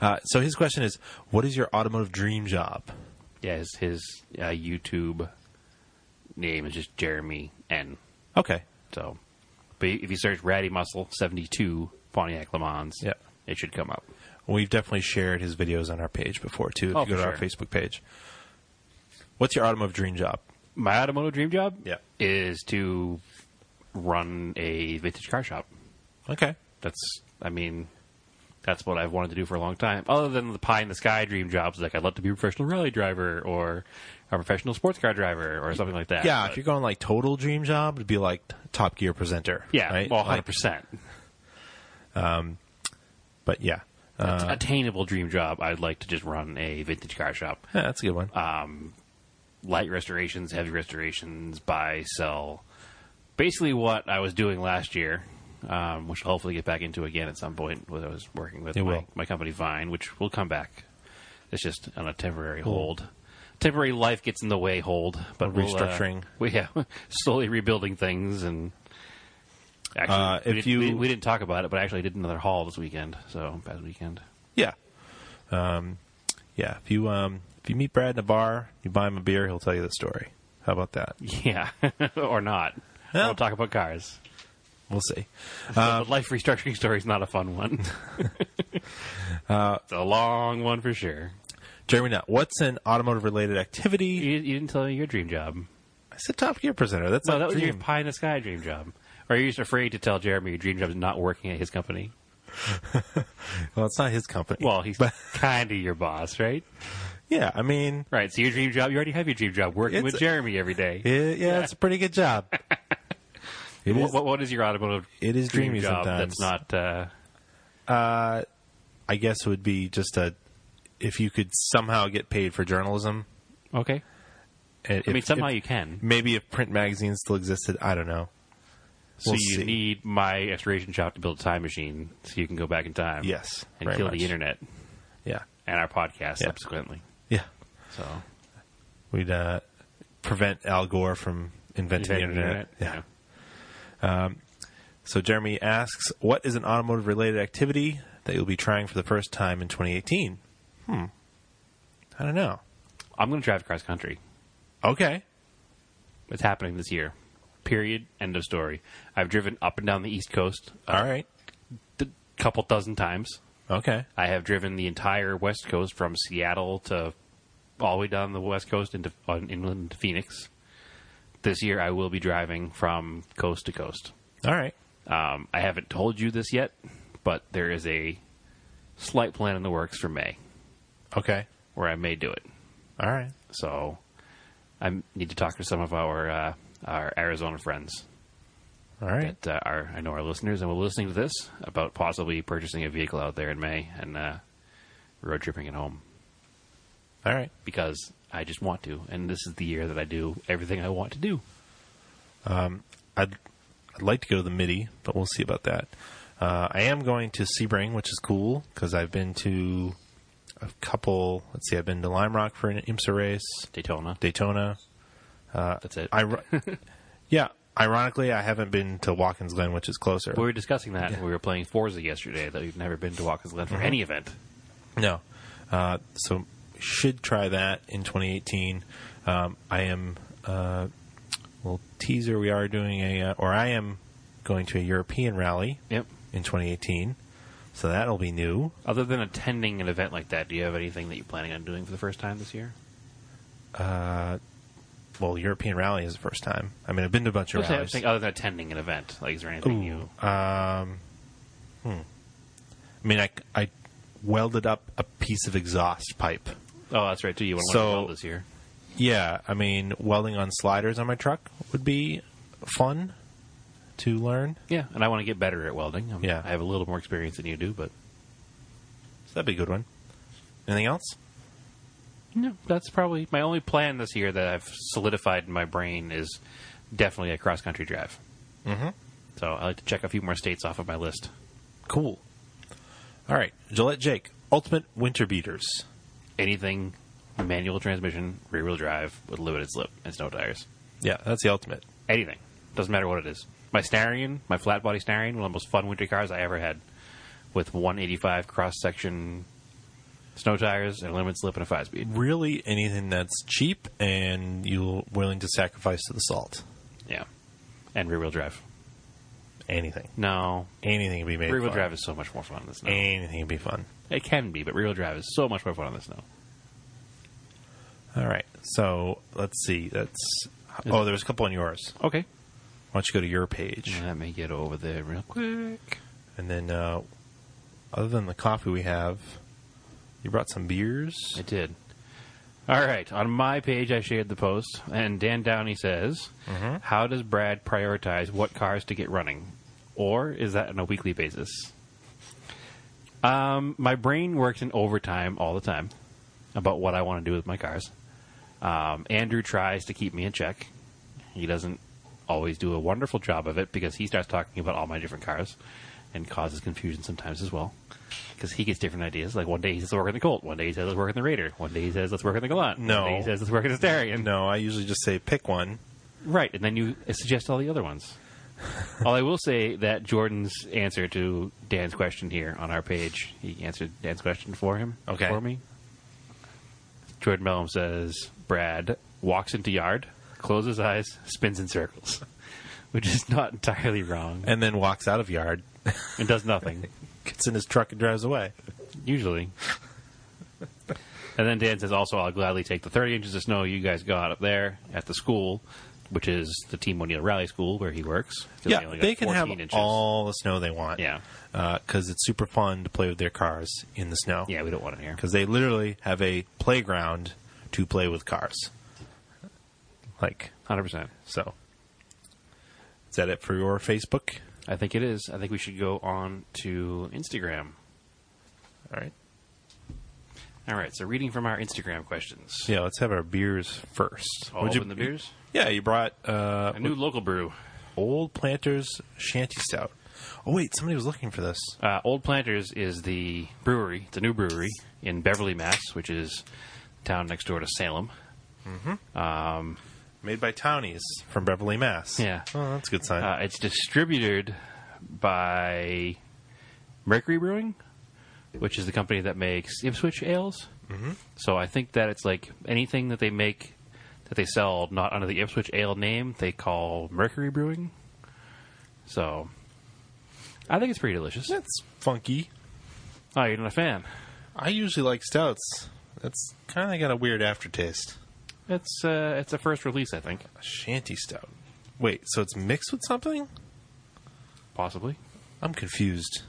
[SPEAKER 2] uh, so his question is what is your automotive dream job
[SPEAKER 1] Yeah, his, his uh, YouTube name is just Jeremy N.
[SPEAKER 2] okay
[SPEAKER 1] So, but if you search Ratty Muscle 72 Pontiac Le Mans,
[SPEAKER 2] Yeah.
[SPEAKER 1] it should come up.
[SPEAKER 2] we've definitely shared his videos on our page before too if
[SPEAKER 1] Oh,
[SPEAKER 2] you go to
[SPEAKER 1] for
[SPEAKER 2] our
[SPEAKER 1] sure.
[SPEAKER 2] facebook page what's your automotive dream job
[SPEAKER 1] My automotive dream job
[SPEAKER 2] Yeah.
[SPEAKER 1] is to run a vintage car shop.
[SPEAKER 2] okay
[SPEAKER 1] That's, I mean, that's what I've wanted to do for a long time. Other than the pie in the sky dream jobs, like I'd love to be a professional rally driver or a professional sports car driver or something like that.
[SPEAKER 2] yeah
[SPEAKER 1] But-
[SPEAKER 2] if you're going like total dream job it'd be like top gear presenter
[SPEAKER 1] yeah,
[SPEAKER 2] right?
[SPEAKER 1] well,
[SPEAKER 2] Like,
[SPEAKER 1] hundred percent.
[SPEAKER 2] but yeah uh,
[SPEAKER 1] Attainable dream job. I'd like to just run a vintage car shop,
[SPEAKER 2] yeah that's a good one
[SPEAKER 1] light restorations, heavy restorations, buy, sell. Basically, what I was doing last year, um, which I'll hopefully get back into again at some point. When I was working with
[SPEAKER 2] It
[SPEAKER 1] my,
[SPEAKER 2] will.
[SPEAKER 1] my company Vine, which will come back. It's just on a temporary hold. Temporary life gets in the way. Hold, but
[SPEAKER 2] A
[SPEAKER 1] we'll, uh,
[SPEAKER 2] restructuring.
[SPEAKER 1] [laughs] we yeah, slowly rebuilding things and. Actually,
[SPEAKER 2] Uh,
[SPEAKER 1] we
[SPEAKER 2] if
[SPEAKER 1] didn't-
[SPEAKER 2] you-
[SPEAKER 1] we, we didn't talk about it, but I actually did another haul this weekend. So past weekend, [laughs]
[SPEAKER 2] Yeah. Um, yeah. If you um, if you meet Brad in a bar, you buy him a beer, he'll tell you the story. How about that?
[SPEAKER 1] yeah, [laughs] or not.
[SPEAKER 2] Yeah.
[SPEAKER 1] We'll talk about cars.
[SPEAKER 2] We'll see. Uh,
[SPEAKER 1] but life restructuring story is not a fun
[SPEAKER 2] [laughs]
[SPEAKER 1] one.
[SPEAKER 2] Uh,
[SPEAKER 1] it's a long one for sure.
[SPEAKER 2] Jeremy Nutt, what's an automotive related activity?
[SPEAKER 1] You, you didn't tell me your dream job.
[SPEAKER 2] I said Top Gear presenter. That's
[SPEAKER 1] No,
[SPEAKER 2] not
[SPEAKER 1] that was your
[SPEAKER 2] dream.
[SPEAKER 1] pie in the sky dream job. Or are you just afraid to tell Jeremy your dream job is not working at his company?
[SPEAKER 2] well, it's not his company.
[SPEAKER 1] Well, he's
[SPEAKER 2] But- [laughs]
[SPEAKER 1] kind of your boss, right?
[SPEAKER 2] yeah. I mean,
[SPEAKER 1] Right. So your dream job, you already have your dream job working
[SPEAKER 2] It's-
[SPEAKER 1] with Jeremy every day.
[SPEAKER 2] yeah, yeah, it's a pretty
[SPEAKER 1] [laughs]
[SPEAKER 2] good job. It
[SPEAKER 1] Wha-
[SPEAKER 2] is-
[SPEAKER 1] what, what is your automotive?
[SPEAKER 2] It is
[SPEAKER 1] dream
[SPEAKER 2] dreamy
[SPEAKER 1] job
[SPEAKER 2] sometimes.
[SPEAKER 1] that's not. Uh,
[SPEAKER 2] I guess it would be just a if you could somehow get paid for journalism.
[SPEAKER 1] okay.
[SPEAKER 2] If,
[SPEAKER 1] I mean, somehow
[SPEAKER 2] if-
[SPEAKER 1] you can.
[SPEAKER 2] maybe if print magazines still existed, I don't know.
[SPEAKER 1] So
[SPEAKER 2] we'll
[SPEAKER 1] you
[SPEAKER 2] see.
[SPEAKER 1] need my restoration shop to build a time machine so you can go back in time.
[SPEAKER 2] Yes,
[SPEAKER 1] And
[SPEAKER 2] very
[SPEAKER 1] kill
[SPEAKER 2] much.
[SPEAKER 1] the internet
[SPEAKER 2] Yeah,
[SPEAKER 1] and our podcast
[SPEAKER 2] Yeah.
[SPEAKER 1] subsequently.
[SPEAKER 2] yeah.
[SPEAKER 1] So
[SPEAKER 2] We'd uh, prevent Al Gore from inventing the internet. Yeah. So Jeremy asks, what is an automotive related activity that you'll be trying for the first time in 2018? Hmm. I don't know.
[SPEAKER 1] I'm going to drive cross country.
[SPEAKER 2] Okay.
[SPEAKER 1] It's happening this year. Period. End of story. I've driven up and down the East Coast
[SPEAKER 2] All right.
[SPEAKER 1] a couple dozen times.
[SPEAKER 2] Okay.
[SPEAKER 1] I have driven the entire West Coast from Seattle to all the way down the West Coast into on inland to Phoenix. This year, I will be driving from coast to coast.
[SPEAKER 2] All right.
[SPEAKER 1] Um, I haven't told you this yet, but there is a slight plan in the works for May
[SPEAKER 2] Okay.
[SPEAKER 1] where I may do it.
[SPEAKER 2] All right.
[SPEAKER 1] So I need to talk to some of our uh, our Arizona friends
[SPEAKER 2] All right.
[SPEAKER 1] that uh, are I know are listeners and will be listening to this about possibly purchasing a vehicle out there in May and uh, road tripping it home
[SPEAKER 2] All right.
[SPEAKER 1] because I just want to, and this is the year that I do everything I want to do.
[SPEAKER 2] I'd, I'd like to go to the MIDI, but we'll see about that. Uh, I am going to Sebring, which is cool because I've been to a couple. Let's see, I've been to Lime Rock for an IMSA race,
[SPEAKER 1] Daytona.
[SPEAKER 2] Daytona.
[SPEAKER 1] That's it.
[SPEAKER 2] I, ri- yeah, ironically, I haven't been to Watkins Glen, which is closer.
[SPEAKER 1] we were discussing that. when We were playing Forza yesterday. That we've never been to Watkins Glen for any event.
[SPEAKER 2] No. Uh, so should try that in 2018. Um, I am uh, little teaser. We are doing a uh, or I am going to a European rally
[SPEAKER 1] Yep.
[SPEAKER 2] in 2018. So that'll be new.
[SPEAKER 1] Other than attending an event like that, do you have anything that you're planning on doing for the first time this year?
[SPEAKER 2] Well, European rally is the first time. I mean, I've been to a bunch of
[SPEAKER 1] Just say-
[SPEAKER 2] rallies.
[SPEAKER 1] think other than attending an event, like is there anything you?
[SPEAKER 2] Um, hmm. I mean, I, I welded up a piece of exhaust pipe.
[SPEAKER 1] Oh, that's right. too. you want to
[SPEAKER 2] So-
[SPEAKER 1] learn to weld this year?
[SPEAKER 2] Yeah, I mean, welding on sliders on my truck would be fun to learn.
[SPEAKER 1] Yeah, and I want to get better at welding. i
[SPEAKER 2] Yeah.
[SPEAKER 1] I have a little more experience than you do, but
[SPEAKER 2] So that'd be a good one. Anything else?
[SPEAKER 1] no, that's probably my only plan this year that I've solidified in my brain is definitely a cross country drive. Mm-hmm. So I like to check a few more states off of my list.
[SPEAKER 2] Cool. All right, Gillette Jake, Ultimate Winter Beaters.
[SPEAKER 1] Anything manual transmission, rear wheel drive with limited slip and snow tires.
[SPEAKER 2] Yeah, that's the ultimate.
[SPEAKER 1] Anything doesn't matter what it is. My Starion, my flat body Starion, one of the most fun winter cars I ever had, with 185 cross section snow tires and a limited slip and a five speed.
[SPEAKER 2] Really, anything that's cheap and you're willing to sacrifice to the salt.
[SPEAKER 1] Yeah, and rear wheel drive.
[SPEAKER 2] Anything,
[SPEAKER 1] No,
[SPEAKER 2] anything would be made.
[SPEAKER 1] Rear wheel
[SPEAKER 2] fun.
[SPEAKER 1] drive is so much more fun on the snow.
[SPEAKER 2] Anything would be fun.
[SPEAKER 1] it can be, but rear wheel drive is so much more fun on the snow.
[SPEAKER 2] All right, so let's see. That's oh, there was a couple on yours.
[SPEAKER 1] Okay.
[SPEAKER 2] Why don't you go to your page
[SPEAKER 1] Let me get over there real quick.
[SPEAKER 2] and then, uh, other than the coffee we have, you brought some beers.
[SPEAKER 1] I did. All right. On my page, I shared the post, and Dan Downey says, How does Brad prioritize what cars to get running? Or is that on a weekly basis? Um, my brain works in overtime all the time about what I want to do with my cars. Um, Andrew tries to keep me in check. He doesn't always do a wonderful job of it because he starts talking about all my different cars and causes confusion sometimes as well because he gets different ideas. Like one day he says, "Let's work in the Colt." One day he says, "Let's work in the Raider." One day he says, "Let's work in the Gallant."
[SPEAKER 2] No.
[SPEAKER 1] One day he says, "Let's work in the Starion."
[SPEAKER 2] No, I usually just say pick one.
[SPEAKER 1] Right, and then you suggest all the other ones. All I will say that Jordan's answer to Dan's question here on our page, he answered Dan's question for him.
[SPEAKER 2] Okay.
[SPEAKER 1] For me. Jordan Mellum says Brad walks into yard, closes eyes, spins in circles, [laughs] which is not entirely wrong
[SPEAKER 2] and then walks out of yard, [laughs]
[SPEAKER 1] and does nothing.
[SPEAKER 2] gets in his truck and drives away.
[SPEAKER 1] Usually. and then Dan says, also, I'll gladly take the 30 inches of snow you guys got up there at the school, which is the Team O'Neill Rally School where he works. 'Cause
[SPEAKER 2] Yeah,
[SPEAKER 1] only got
[SPEAKER 2] they can
[SPEAKER 1] 14
[SPEAKER 2] have all the snow they want.
[SPEAKER 1] Yeah.
[SPEAKER 2] because it's super fun to play with their cars in the snow.
[SPEAKER 1] Yeah, we don't want it here.
[SPEAKER 2] because they literally have a playground to play with cars. Like
[SPEAKER 1] 100%.
[SPEAKER 2] so. Is that it for your Facebook?
[SPEAKER 1] I think it is. I think we should go on to Instagram.
[SPEAKER 2] All right.
[SPEAKER 1] All right, so reading from our Instagram questions.
[SPEAKER 2] Yeah, let's have our beers first.
[SPEAKER 1] I'll
[SPEAKER 2] Would
[SPEAKER 1] open the beers?
[SPEAKER 2] Yeah, you brought uh,
[SPEAKER 1] A new local brew.
[SPEAKER 2] Old Planters Shanty Stout. Oh wait, somebody was looking for this.
[SPEAKER 1] Uh, Old Planters is the brewery, the new brewery in Beverly, Mass., which is the town next door to Salem.
[SPEAKER 2] Made by Townies from Beverly, Mass.
[SPEAKER 1] Yeah.
[SPEAKER 2] Oh, that's a good sign.
[SPEAKER 1] Uh, it's distributed by Mercury Brewing, which is the company that makes Ipswich ales. Mm-hmm. So I think that it's like anything that they make that they sell not under the Ipswich ale name, they call Mercury Brewing. So I think it's pretty delicious.
[SPEAKER 2] That's funky.
[SPEAKER 1] Oh, you're not a fan?
[SPEAKER 2] I usually like stouts. That's kind of got a weird aftertaste.
[SPEAKER 1] It's uh, it's a first release, I think,
[SPEAKER 2] A shanty stout. Wait, so it's mixed with something?
[SPEAKER 1] possibly.
[SPEAKER 2] I'm confused.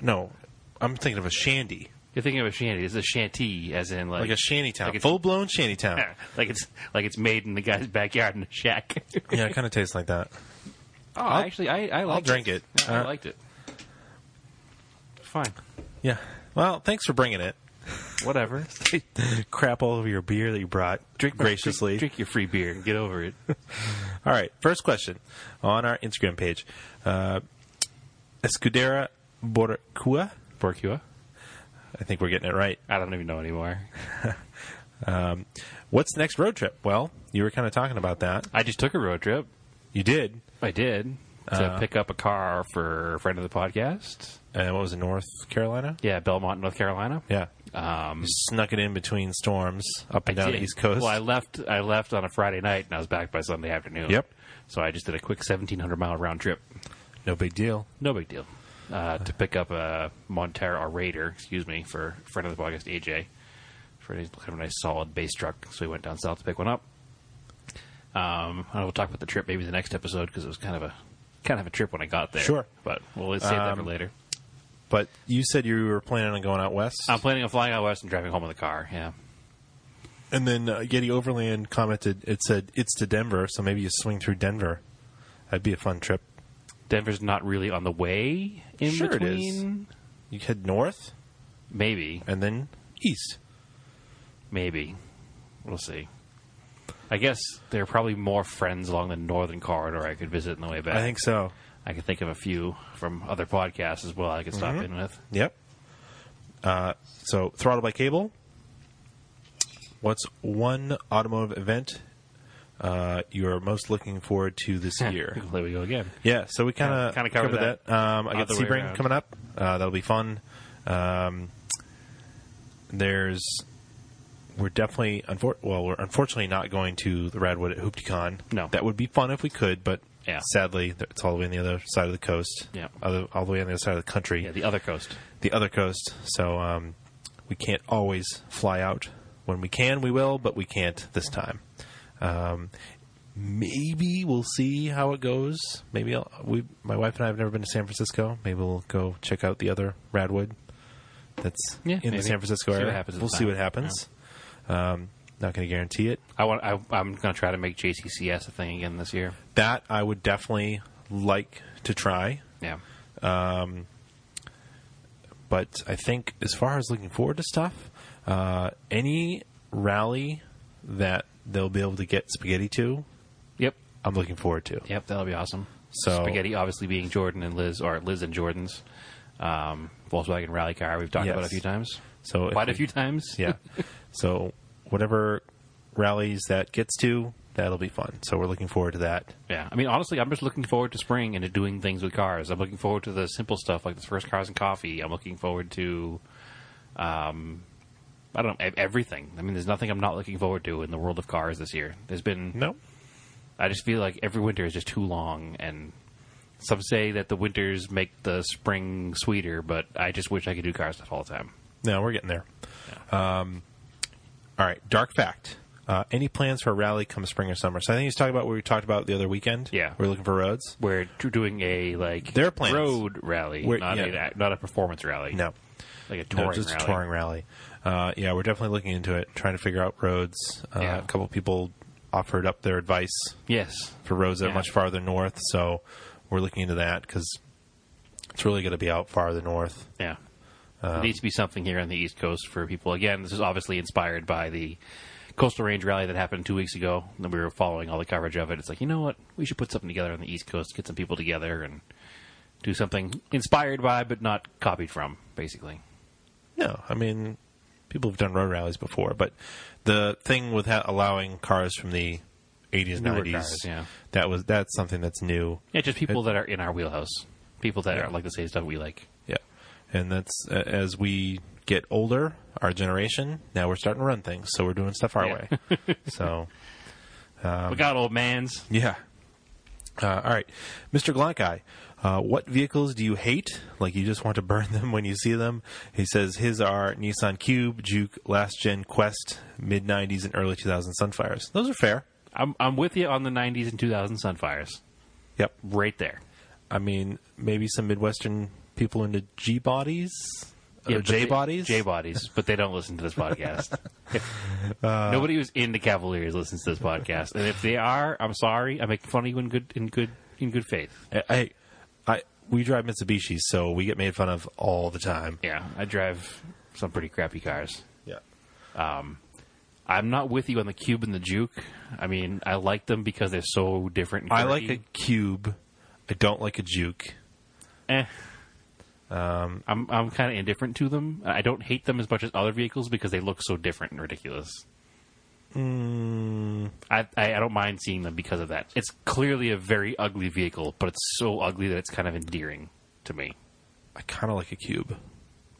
[SPEAKER 2] No, I'm thinking of a shandy.
[SPEAKER 1] You're thinking of a shanty. It's a shanty, as in like
[SPEAKER 2] Like a shanty town.
[SPEAKER 1] like it's-
[SPEAKER 2] Full blown shanty town.
[SPEAKER 1] [laughs] like it's like it's made in the guy's backyard in a shack. [laughs]
[SPEAKER 2] yeah, it kind of tastes like that.
[SPEAKER 1] Oh, actually, I, I liked
[SPEAKER 2] drink it.
[SPEAKER 1] Yeah, I
[SPEAKER 2] Uh,
[SPEAKER 1] liked it. Fine.
[SPEAKER 2] Yeah. Well, thanks for bringing it.
[SPEAKER 1] Whatever.
[SPEAKER 2] Crap all over your beer that you brought. Drink graciously.
[SPEAKER 1] drink, drink your free beer and get over
[SPEAKER 2] [laughs]
[SPEAKER 1] it.
[SPEAKER 2] All right, first question on our Instagram page. Uh, Escudera Boracua.
[SPEAKER 1] Borcua?
[SPEAKER 2] I think we're getting it right.
[SPEAKER 1] I don't even know anymore.
[SPEAKER 2] What's the next road trip? Well, you were kind of talking about that.
[SPEAKER 1] I just took a road trip.
[SPEAKER 2] You did.
[SPEAKER 1] I did
[SPEAKER 2] Uh-huh.
[SPEAKER 1] to pick up a car for a friend of the podcast.
[SPEAKER 2] Uh, what was it, North Carolina?
[SPEAKER 1] Yeah, Belmont, North Carolina.
[SPEAKER 2] Yeah. Um, snuck it in between storms up and down the
[SPEAKER 1] did.
[SPEAKER 2] East Coast.
[SPEAKER 1] Well, I left. I left on a Friday night and I was back by Sunday afternoon.
[SPEAKER 2] Yep.
[SPEAKER 1] So I just did a quick 1,700 mile round trip.
[SPEAKER 2] no big deal.
[SPEAKER 1] No big deal. Uh, to pick up a Montero or Raider, excuse me, for a friend of the podcast, AJ. For his kind of a nice solid bass truck, so we went down south to pick one up. Um, I will talk about the trip maybe the next episode because it was kind of a kind of a trip when I got there.
[SPEAKER 2] Sure.
[SPEAKER 1] but we'll save that for
[SPEAKER 2] Um,
[SPEAKER 1] later.
[SPEAKER 2] But you said you were planning on going out west.
[SPEAKER 1] I'm planning on flying out west and driving home in the car. Yeah,
[SPEAKER 2] and then uh, Yeti Overland commented, it said, it's to Denver, so maybe you swing through Denver. That'd be a fun trip.
[SPEAKER 1] Denver's not really on the way in
[SPEAKER 2] Sure it is.
[SPEAKER 1] between.
[SPEAKER 2] You head north
[SPEAKER 1] Maybe,
[SPEAKER 2] and then east.
[SPEAKER 1] maybe we'll see. I guess there are probably more friends along the northern corridor I could visit on the way back.
[SPEAKER 2] I think so.
[SPEAKER 1] I can think of a few from other podcasts as well. I could stop
[SPEAKER 2] Mm-hmm.
[SPEAKER 1] in with.
[SPEAKER 2] Yep. Uh, so throttle by cable. What's one automotive event uh, you're most looking forward to this year?
[SPEAKER 1] there we go again.
[SPEAKER 2] yeah, so we kind
[SPEAKER 1] Yeah,
[SPEAKER 2] of
[SPEAKER 1] kinda covered that.
[SPEAKER 2] Um, I got
[SPEAKER 1] Other way
[SPEAKER 2] Sebring
[SPEAKER 1] around.
[SPEAKER 2] coming up. Uh, that'll be fun. Um, there's we're definitely unfor- well we're unfortunately not going to the Radwood at HooptyCon.
[SPEAKER 1] No.
[SPEAKER 2] that would be fun if we could, but
[SPEAKER 1] Yeah.
[SPEAKER 2] sadly th- it's all the way on the other side of the coast.
[SPEAKER 1] Yeah.
[SPEAKER 2] other, all the way on the other side of the country
[SPEAKER 1] Yeah, the other coast.
[SPEAKER 2] the other coast. So um, we can't always fly out. When we can, we will, but we can't this time. Um, maybe we'll see how it goes. Maybe I'll, we, my wife and I have never been to San Francisco. Maybe we'll go check out the other Radwood that's
[SPEAKER 1] Yeah,
[SPEAKER 2] in
[SPEAKER 1] maybe.
[SPEAKER 2] the San Francisco
[SPEAKER 1] See what
[SPEAKER 2] area.
[SPEAKER 1] happens at
[SPEAKER 2] we'll
[SPEAKER 1] the
[SPEAKER 2] see
[SPEAKER 1] time.
[SPEAKER 2] what happens. Um, not going to guarantee it.
[SPEAKER 1] I want. I, I'm going to try to make JCCS a thing again this year.
[SPEAKER 2] That I would definitely like to try.
[SPEAKER 1] Yeah,
[SPEAKER 2] but I think as far as looking forward to stuff, uh, any rally that they'll be able to get spaghetti to,
[SPEAKER 1] yep,
[SPEAKER 2] I'm looking forward to.
[SPEAKER 1] yep. That'll be awesome.
[SPEAKER 2] So-
[SPEAKER 1] spaghetti, obviously being Jordan and Liz, or Liz and Jordan's um, Volkswagen rally car. We've talked
[SPEAKER 2] Yes.
[SPEAKER 1] about a few times,
[SPEAKER 2] So if
[SPEAKER 1] quite a
[SPEAKER 2] we-
[SPEAKER 1] few times. [laughs]
[SPEAKER 2] yeah. so whatever rallies that gets to, that'll be fun. So we're looking forward to that.
[SPEAKER 1] Yeah, I mean, honestly, I'm just looking forward to spring and to doing things with cars. I'm looking forward to the simple stuff like the first cars and coffee. I'm looking forward to, um, I don't know, e- everything. I mean, there's nothing I'm not looking forward to in the world of cars this year. There's been,
[SPEAKER 2] No,
[SPEAKER 1] I just feel like every winter is just too long, and some say that the winters make the spring sweeter, but I just wish I could do car stuff all the time.
[SPEAKER 2] no, we're getting there. Um, all right, dark fact. Uh, any plans for a rally come spring or summer? So I think he's talking about what we talked about the other weekend.
[SPEAKER 1] Yeah.
[SPEAKER 2] we're looking for roads.
[SPEAKER 1] We're t- doing a like
[SPEAKER 2] There are plans.
[SPEAKER 1] road rally,
[SPEAKER 2] We're-
[SPEAKER 1] not
[SPEAKER 2] yeah.
[SPEAKER 1] a not a performance rally.
[SPEAKER 2] No,
[SPEAKER 1] like a touring
[SPEAKER 2] No, just
[SPEAKER 1] rally.
[SPEAKER 2] touring rally. Uh, yeah, we're definitely looking into it, trying to figure out roads. Uh,
[SPEAKER 1] Yeah.
[SPEAKER 2] A couple people offered up their advice
[SPEAKER 1] Yes,
[SPEAKER 2] for roads that are
[SPEAKER 1] Yeah.
[SPEAKER 2] much farther north, so we're looking into that because it's really going to be out farther north.
[SPEAKER 1] Yeah. there needs to be something here on the East Coast for people. Again, this is obviously inspired by the Coastal Range rally that happened two weeks ago. And we were following all the coverage of it. It's like, you know what? We should put something together on the East Coast, get some people together, and do something inspired by, but not copied from, basically.
[SPEAKER 2] No, I mean people have done road rallies before, but the thing with ha- allowing cars from the 80s,
[SPEAKER 1] Newer
[SPEAKER 2] 90s,
[SPEAKER 1] cars, yeah.
[SPEAKER 2] that was that's something that's new.
[SPEAKER 1] Yeah, just people that are in our wheelhouse, people that
[SPEAKER 2] Yeah.
[SPEAKER 1] are like the same stuff we like.
[SPEAKER 2] Yeah, and that's uh, as we get older, our generation. Now we're starting to run things, so we're doing stuff our
[SPEAKER 1] Yeah.
[SPEAKER 2] way. [laughs] so
[SPEAKER 1] we got old man's.
[SPEAKER 2] yeah. Uh, all right, Mr. Glonkai, uh, what vehicles do you hate? Like you just want to [laughs] burn them when you see them? He says his are Nissan Cube, Juke, Last Gen Quest, mid '90s and early 2000s Sunfires. Those are fair.
[SPEAKER 1] I'm, I'm with you on the 90s and 2000 Sunfires.
[SPEAKER 2] Yep.
[SPEAKER 1] Right there.
[SPEAKER 2] I mean, maybe some Midwestern people into G bodies,
[SPEAKER 1] Yeah,
[SPEAKER 2] or
[SPEAKER 1] but
[SPEAKER 2] J
[SPEAKER 1] they-
[SPEAKER 2] bodies.
[SPEAKER 1] J bodies, but they don't listen to this
[SPEAKER 2] [laughs]
[SPEAKER 1] podcast. [laughs] Uh, Nobody who's into Cavaliers listens to this podcast, and if they are, I'm sorry. I make fun of you in good in good in good faith.
[SPEAKER 2] Uh, I, I, we drive Mitsubishis, so we get made fun of all the time.
[SPEAKER 1] Yeah, I drive some pretty crappy cars.
[SPEAKER 2] Yeah.
[SPEAKER 1] I'm not with you on the Cube and the Juke. I mean, I like them because they're so different. And
[SPEAKER 2] I like a
[SPEAKER 1] quirky.
[SPEAKER 2] cube. I don't like a juke.
[SPEAKER 1] Eh.
[SPEAKER 2] Um,
[SPEAKER 1] I'm I'm kind of indifferent to them. I don't hate them as much as other vehicles because they look so different and ridiculous.
[SPEAKER 2] Mm.
[SPEAKER 1] I, I I don't mind seeing them because of that. It's clearly a very ugly vehicle, but it's so ugly that it's kind of endearing to me. Oh,
[SPEAKER 2] I kind of like a cube.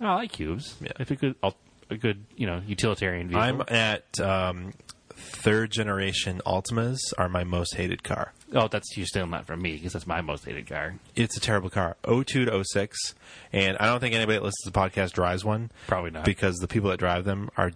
[SPEAKER 1] I like cubes.
[SPEAKER 2] Yeah.
[SPEAKER 1] It's a good al- a good you know utilitarian vehicle.
[SPEAKER 2] I'm at um, third generation Altimas are my most hated car.
[SPEAKER 1] oh, that's you're still not from me because that's my most hated car.
[SPEAKER 2] It's a terrible car. 02 to 06. And I don't think anybody that listens to the podcast drives one.
[SPEAKER 1] Probably not.
[SPEAKER 2] Because the people that drive them are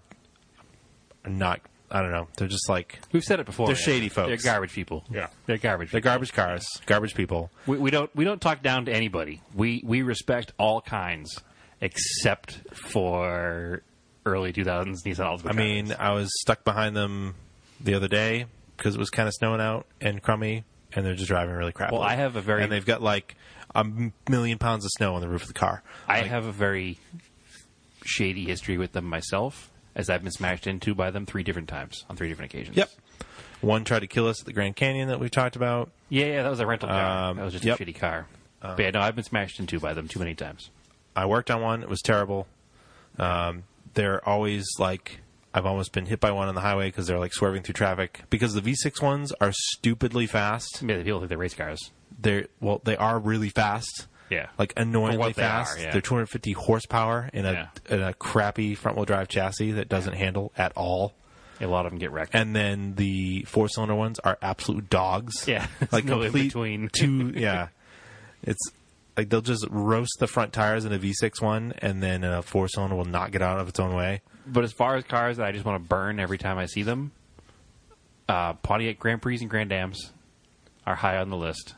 [SPEAKER 2] not, I don't know. They're just like,
[SPEAKER 1] We've said it before.
[SPEAKER 2] They're shady folks.
[SPEAKER 1] They're garbage people.
[SPEAKER 2] Yeah.
[SPEAKER 1] they're garbage.
[SPEAKER 2] they're
[SPEAKER 1] people.
[SPEAKER 2] garbage cars, garbage people.
[SPEAKER 1] We, we don't we don't talk down to anybody. We we respect all kinds except for early 2000s Nissan Altima.
[SPEAKER 2] I mean, I was stuck behind them the other day because it was kind of snowing out and crummy, and they're just driving really crappily.
[SPEAKER 1] Well, I have a very-
[SPEAKER 2] and they've got like a m- million pounds of snow on the roof of the car.
[SPEAKER 1] I have a very shady history with them myself, as I've been smashed into by them three different times on three different occasions.
[SPEAKER 2] Yep. One tried to kill us at the Grand Canyon that we talked about.
[SPEAKER 1] Yeah, yeah, that was a rental car.
[SPEAKER 2] Um,
[SPEAKER 1] that was just
[SPEAKER 2] yep. Um,
[SPEAKER 1] a shitty car. but yeah, no, I've been smashed into by them too many times.
[SPEAKER 2] I worked on one; it was terrible. Um, they're always like. I've almost been hit by one on the highway because they're like swerving through traffic. Because the V6 ones are stupidly fast.
[SPEAKER 1] Maybe people think they're race cars.
[SPEAKER 2] They're well, they are really fast.
[SPEAKER 1] Yeah.
[SPEAKER 2] like
[SPEAKER 1] For
[SPEAKER 2] annoyingly
[SPEAKER 1] what they
[SPEAKER 2] fast.
[SPEAKER 1] are, yeah.
[SPEAKER 2] They're 250 horsepower in a in a crappy front wheel drive chassis that doesn't handle at all.
[SPEAKER 1] A lot of them get wrecked.
[SPEAKER 2] And then the four cylinder ones are absolute dogs.
[SPEAKER 1] Yeah. [laughs]
[SPEAKER 2] like
[SPEAKER 1] No in
[SPEAKER 2] complete
[SPEAKER 1] between.
[SPEAKER 2] two. Yeah, it's like they'll just roast the front tires in a V6 one, and then a four cylinder will not get out of its own way.
[SPEAKER 1] But as far as cars that I just want to burn every time I see them, uh, Pontiac Grand Prix and Grand Dams are high on the list.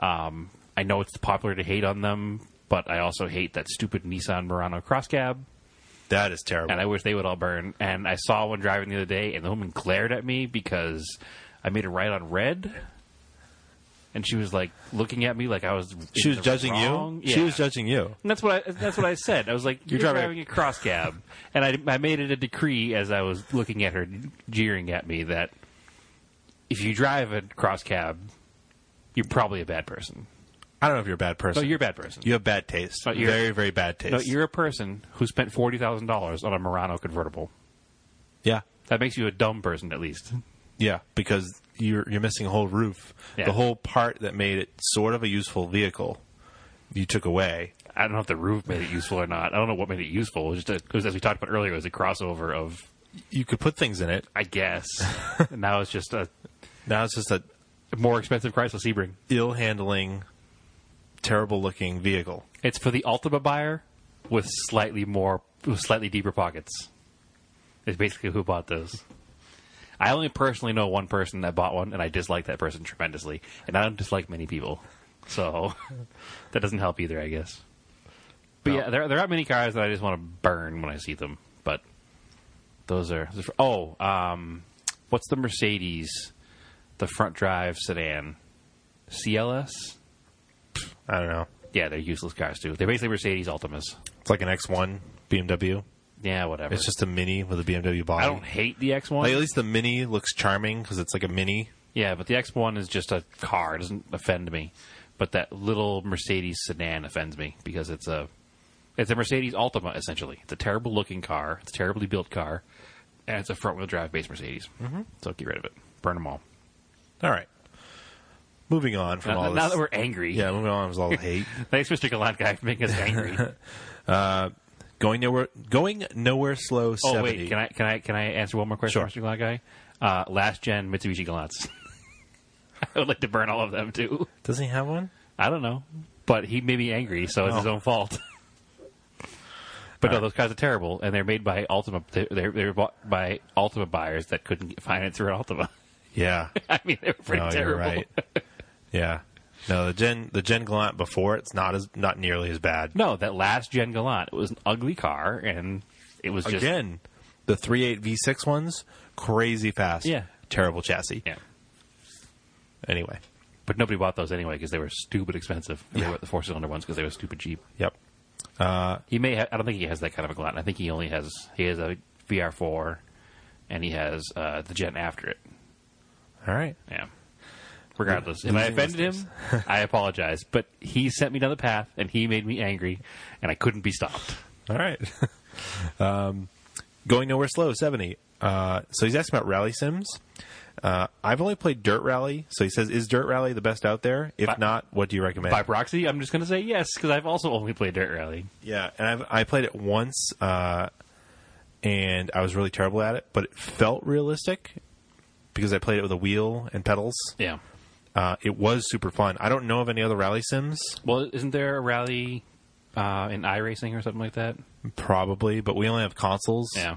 [SPEAKER 1] Um, I know it's popular to hate on them, but I also hate that stupid Nissan Murano Cross Cab,
[SPEAKER 2] That is terrible.
[SPEAKER 1] and I wish they would all burn. And I saw one driving the other day, and the woman glared at me because I made her right on red. And she was like looking at me like I was.
[SPEAKER 2] she
[SPEAKER 1] in
[SPEAKER 2] was
[SPEAKER 1] the
[SPEAKER 2] judging
[SPEAKER 1] wrong-
[SPEAKER 2] you. She was
[SPEAKER 1] Yeah.
[SPEAKER 2] judging you.
[SPEAKER 1] And that's what I, that's what I said. I was like, "You're,
[SPEAKER 2] driving
[SPEAKER 1] driving,
[SPEAKER 2] a-
[SPEAKER 1] a cross cab," and I, I made it a decree as I was looking at her, jeering at me that if you drive a cross cab, you're probably a bad person.
[SPEAKER 2] I don't know if you're a bad person.
[SPEAKER 1] No, you're a bad person.
[SPEAKER 2] You have bad taste.
[SPEAKER 1] No, you're-
[SPEAKER 2] very very bad taste.
[SPEAKER 1] no, you're a person who spent forty thousand dollars on a Murano convertible.
[SPEAKER 2] yeah.
[SPEAKER 1] That makes you a dumb person, at least.
[SPEAKER 2] Yeah, because you're you're missing a whole roof.
[SPEAKER 1] Yeah.
[SPEAKER 2] The whole part that made it sort of a useful vehicle, you took away.
[SPEAKER 1] I don't know if the roof made it useful or not. I don't know what made it useful. It was just a, it was, as we talked about earlier, it was a crossover of,
[SPEAKER 2] You could put things in it.
[SPEAKER 1] I [laughs] guess. and now it's just a
[SPEAKER 2] Now it's just a
[SPEAKER 1] more expensive Chrysler Sebring.
[SPEAKER 2] ill handling, terrible looking vehicle.
[SPEAKER 1] It's for the Ultima buyer with slightly more, with slightly deeper pockets. It's basically who bought those. I only personally know one person that bought one, and I dislike that person tremendously. And I don't dislike many people, so [laughs] that doesn't help either, I guess. But
[SPEAKER 2] No.
[SPEAKER 1] yeah, there there are many cars that I just want to burn when I see them. But those are those are- oh, um, what's the Mercedes, the front drive sedan, CLS?
[SPEAKER 2] I don't know.
[SPEAKER 1] Yeah, they're useless cars too. They're basically Mercedes Ultimas.
[SPEAKER 2] It's like an X1 BMW.
[SPEAKER 1] Yeah, whatever.
[SPEAKER 2] It's just a mini with a BMW body.
[SPEAKER 1] I don't hate the X1.
[SPEAKER 2] Like, at least the mini looks charming because it's like a mini.
[SPEAKER 1] yeah, but the X1 is just a car. It doesn't offend me. But that little Mercedes sedan offends me because it's a it's a Mercedes Altima essentially. It's a terrible looking car. It's a terribly built car, and it's a front wheel drive based Mercedes. Mm-hmm. So get rid of it. Burn them all.
[SPEAKER 2] All right. Moving on from
[SPEAKER 1] Now,
[SPEAKER 2] all
[SPEAKER 1] now
[SPEAKER 2] this.
[SPEAKER 1] that we're angry,
[SPEAKER 2] yeah, moving on from all the hate.
[SPEAKER 1] [laughs] Thanks, Mr. Gallant guy, for making us
[SPEAKER 2] [laughs]
[SPEAKER 1] angry.
[SPEAKER 2] going nowhere. Going nowhere slow.
[SPEAKER 1] oh
[SPEAKER 2] 70.
[SPEAKER 1] wait, can I can I can I answer one more question,
[SPEAKER 2] Sure.
[SPEAKER 1] Mr. Gallant guy? Uh, last gen Mitsubishi Gallants. [laughs] I would like to burn all of them too.
[SPEAKER 2] Doesn't he have one?
[SPEAKER 1] I don't know, but he made me angry, so it's his
[SPEAKER 2] Oh.
[SPEAKER 1] own fault. [laughs] but no, those cars are terrible, and they're made by Ultima. They're they're bought by Ultima buyers that couldn't get finance through Ultima. [laughs]
[SPEAKER 2] Yeah.
[SPEAKER 1] I mean, they were pretty
[SPEAKER 2] No,
[SPEAKER 1] terrible.
[SPEAKER 2] yeah. No, the gen the gen Gallant before it's not as not nearly as bad.
[SPEAKER 1] No, that last gen Gallant it was an ugly car, and it was just
[SPEAKER 2] Again, the 3.8 V6 ones crazy fast.
[SPEAKER 1] Yeah.
[SPEAKER 2] Terrible chassis.
[SPEAKER 1] yeah.
[SPEAKER 2] Anyway.
[SPEAKER 1] But nobody bought those anyway because they were stupid expensive. And
[SPEAKER 2] Yeah.
[SPEAKER 1] They were the four cylinder ones because they were stupid cheap.
[SPEAKER 2] Yep.
[SPEAKER 1] He may. Ha- I don't think he has that kind of a glutton. I think he only has. He has a VR4, and he has uh, the gen after it.
[SPEAKER 2] All right.
[SPEAKER 1] Yeah. Regardless, if I
[SPEAKER 2] Losing
[SPEAKER 1] offended him, I apologize. But he sent me down the path, and he made me angry, and I couldn't be stopped.
[SPEAKER 2] All right. [laughs] um, going nowhere slow, 70. Uh, so he's asking about rally sims. Uh, I've only played Dirt Rally, so he says, "Is Dirt Rally the best out there? If
[SPEAKER 1] By-
[SPEAKER 2] not, what do you recommend?"
[SPEAKER 1] By proxy, I'm just going to say yes because I've also only played Dirt Rally.
[SPEAKER 2] Yeah, and I've, I played it once, uh, and I was really terrible at it, but it felt realistic because I played it with a wheel and pedals.
[SPEAKER 1] Yeah.
[SPEAKER 2] Uh, it was super fun. I don't know of any other rally sims,
[SPEAKER 1] Well, isn't there a rally uh, in iRacing or something like that?
[SPEAKER 2] probably, but we only have consoles,
[SPEAKER 1] Yeah.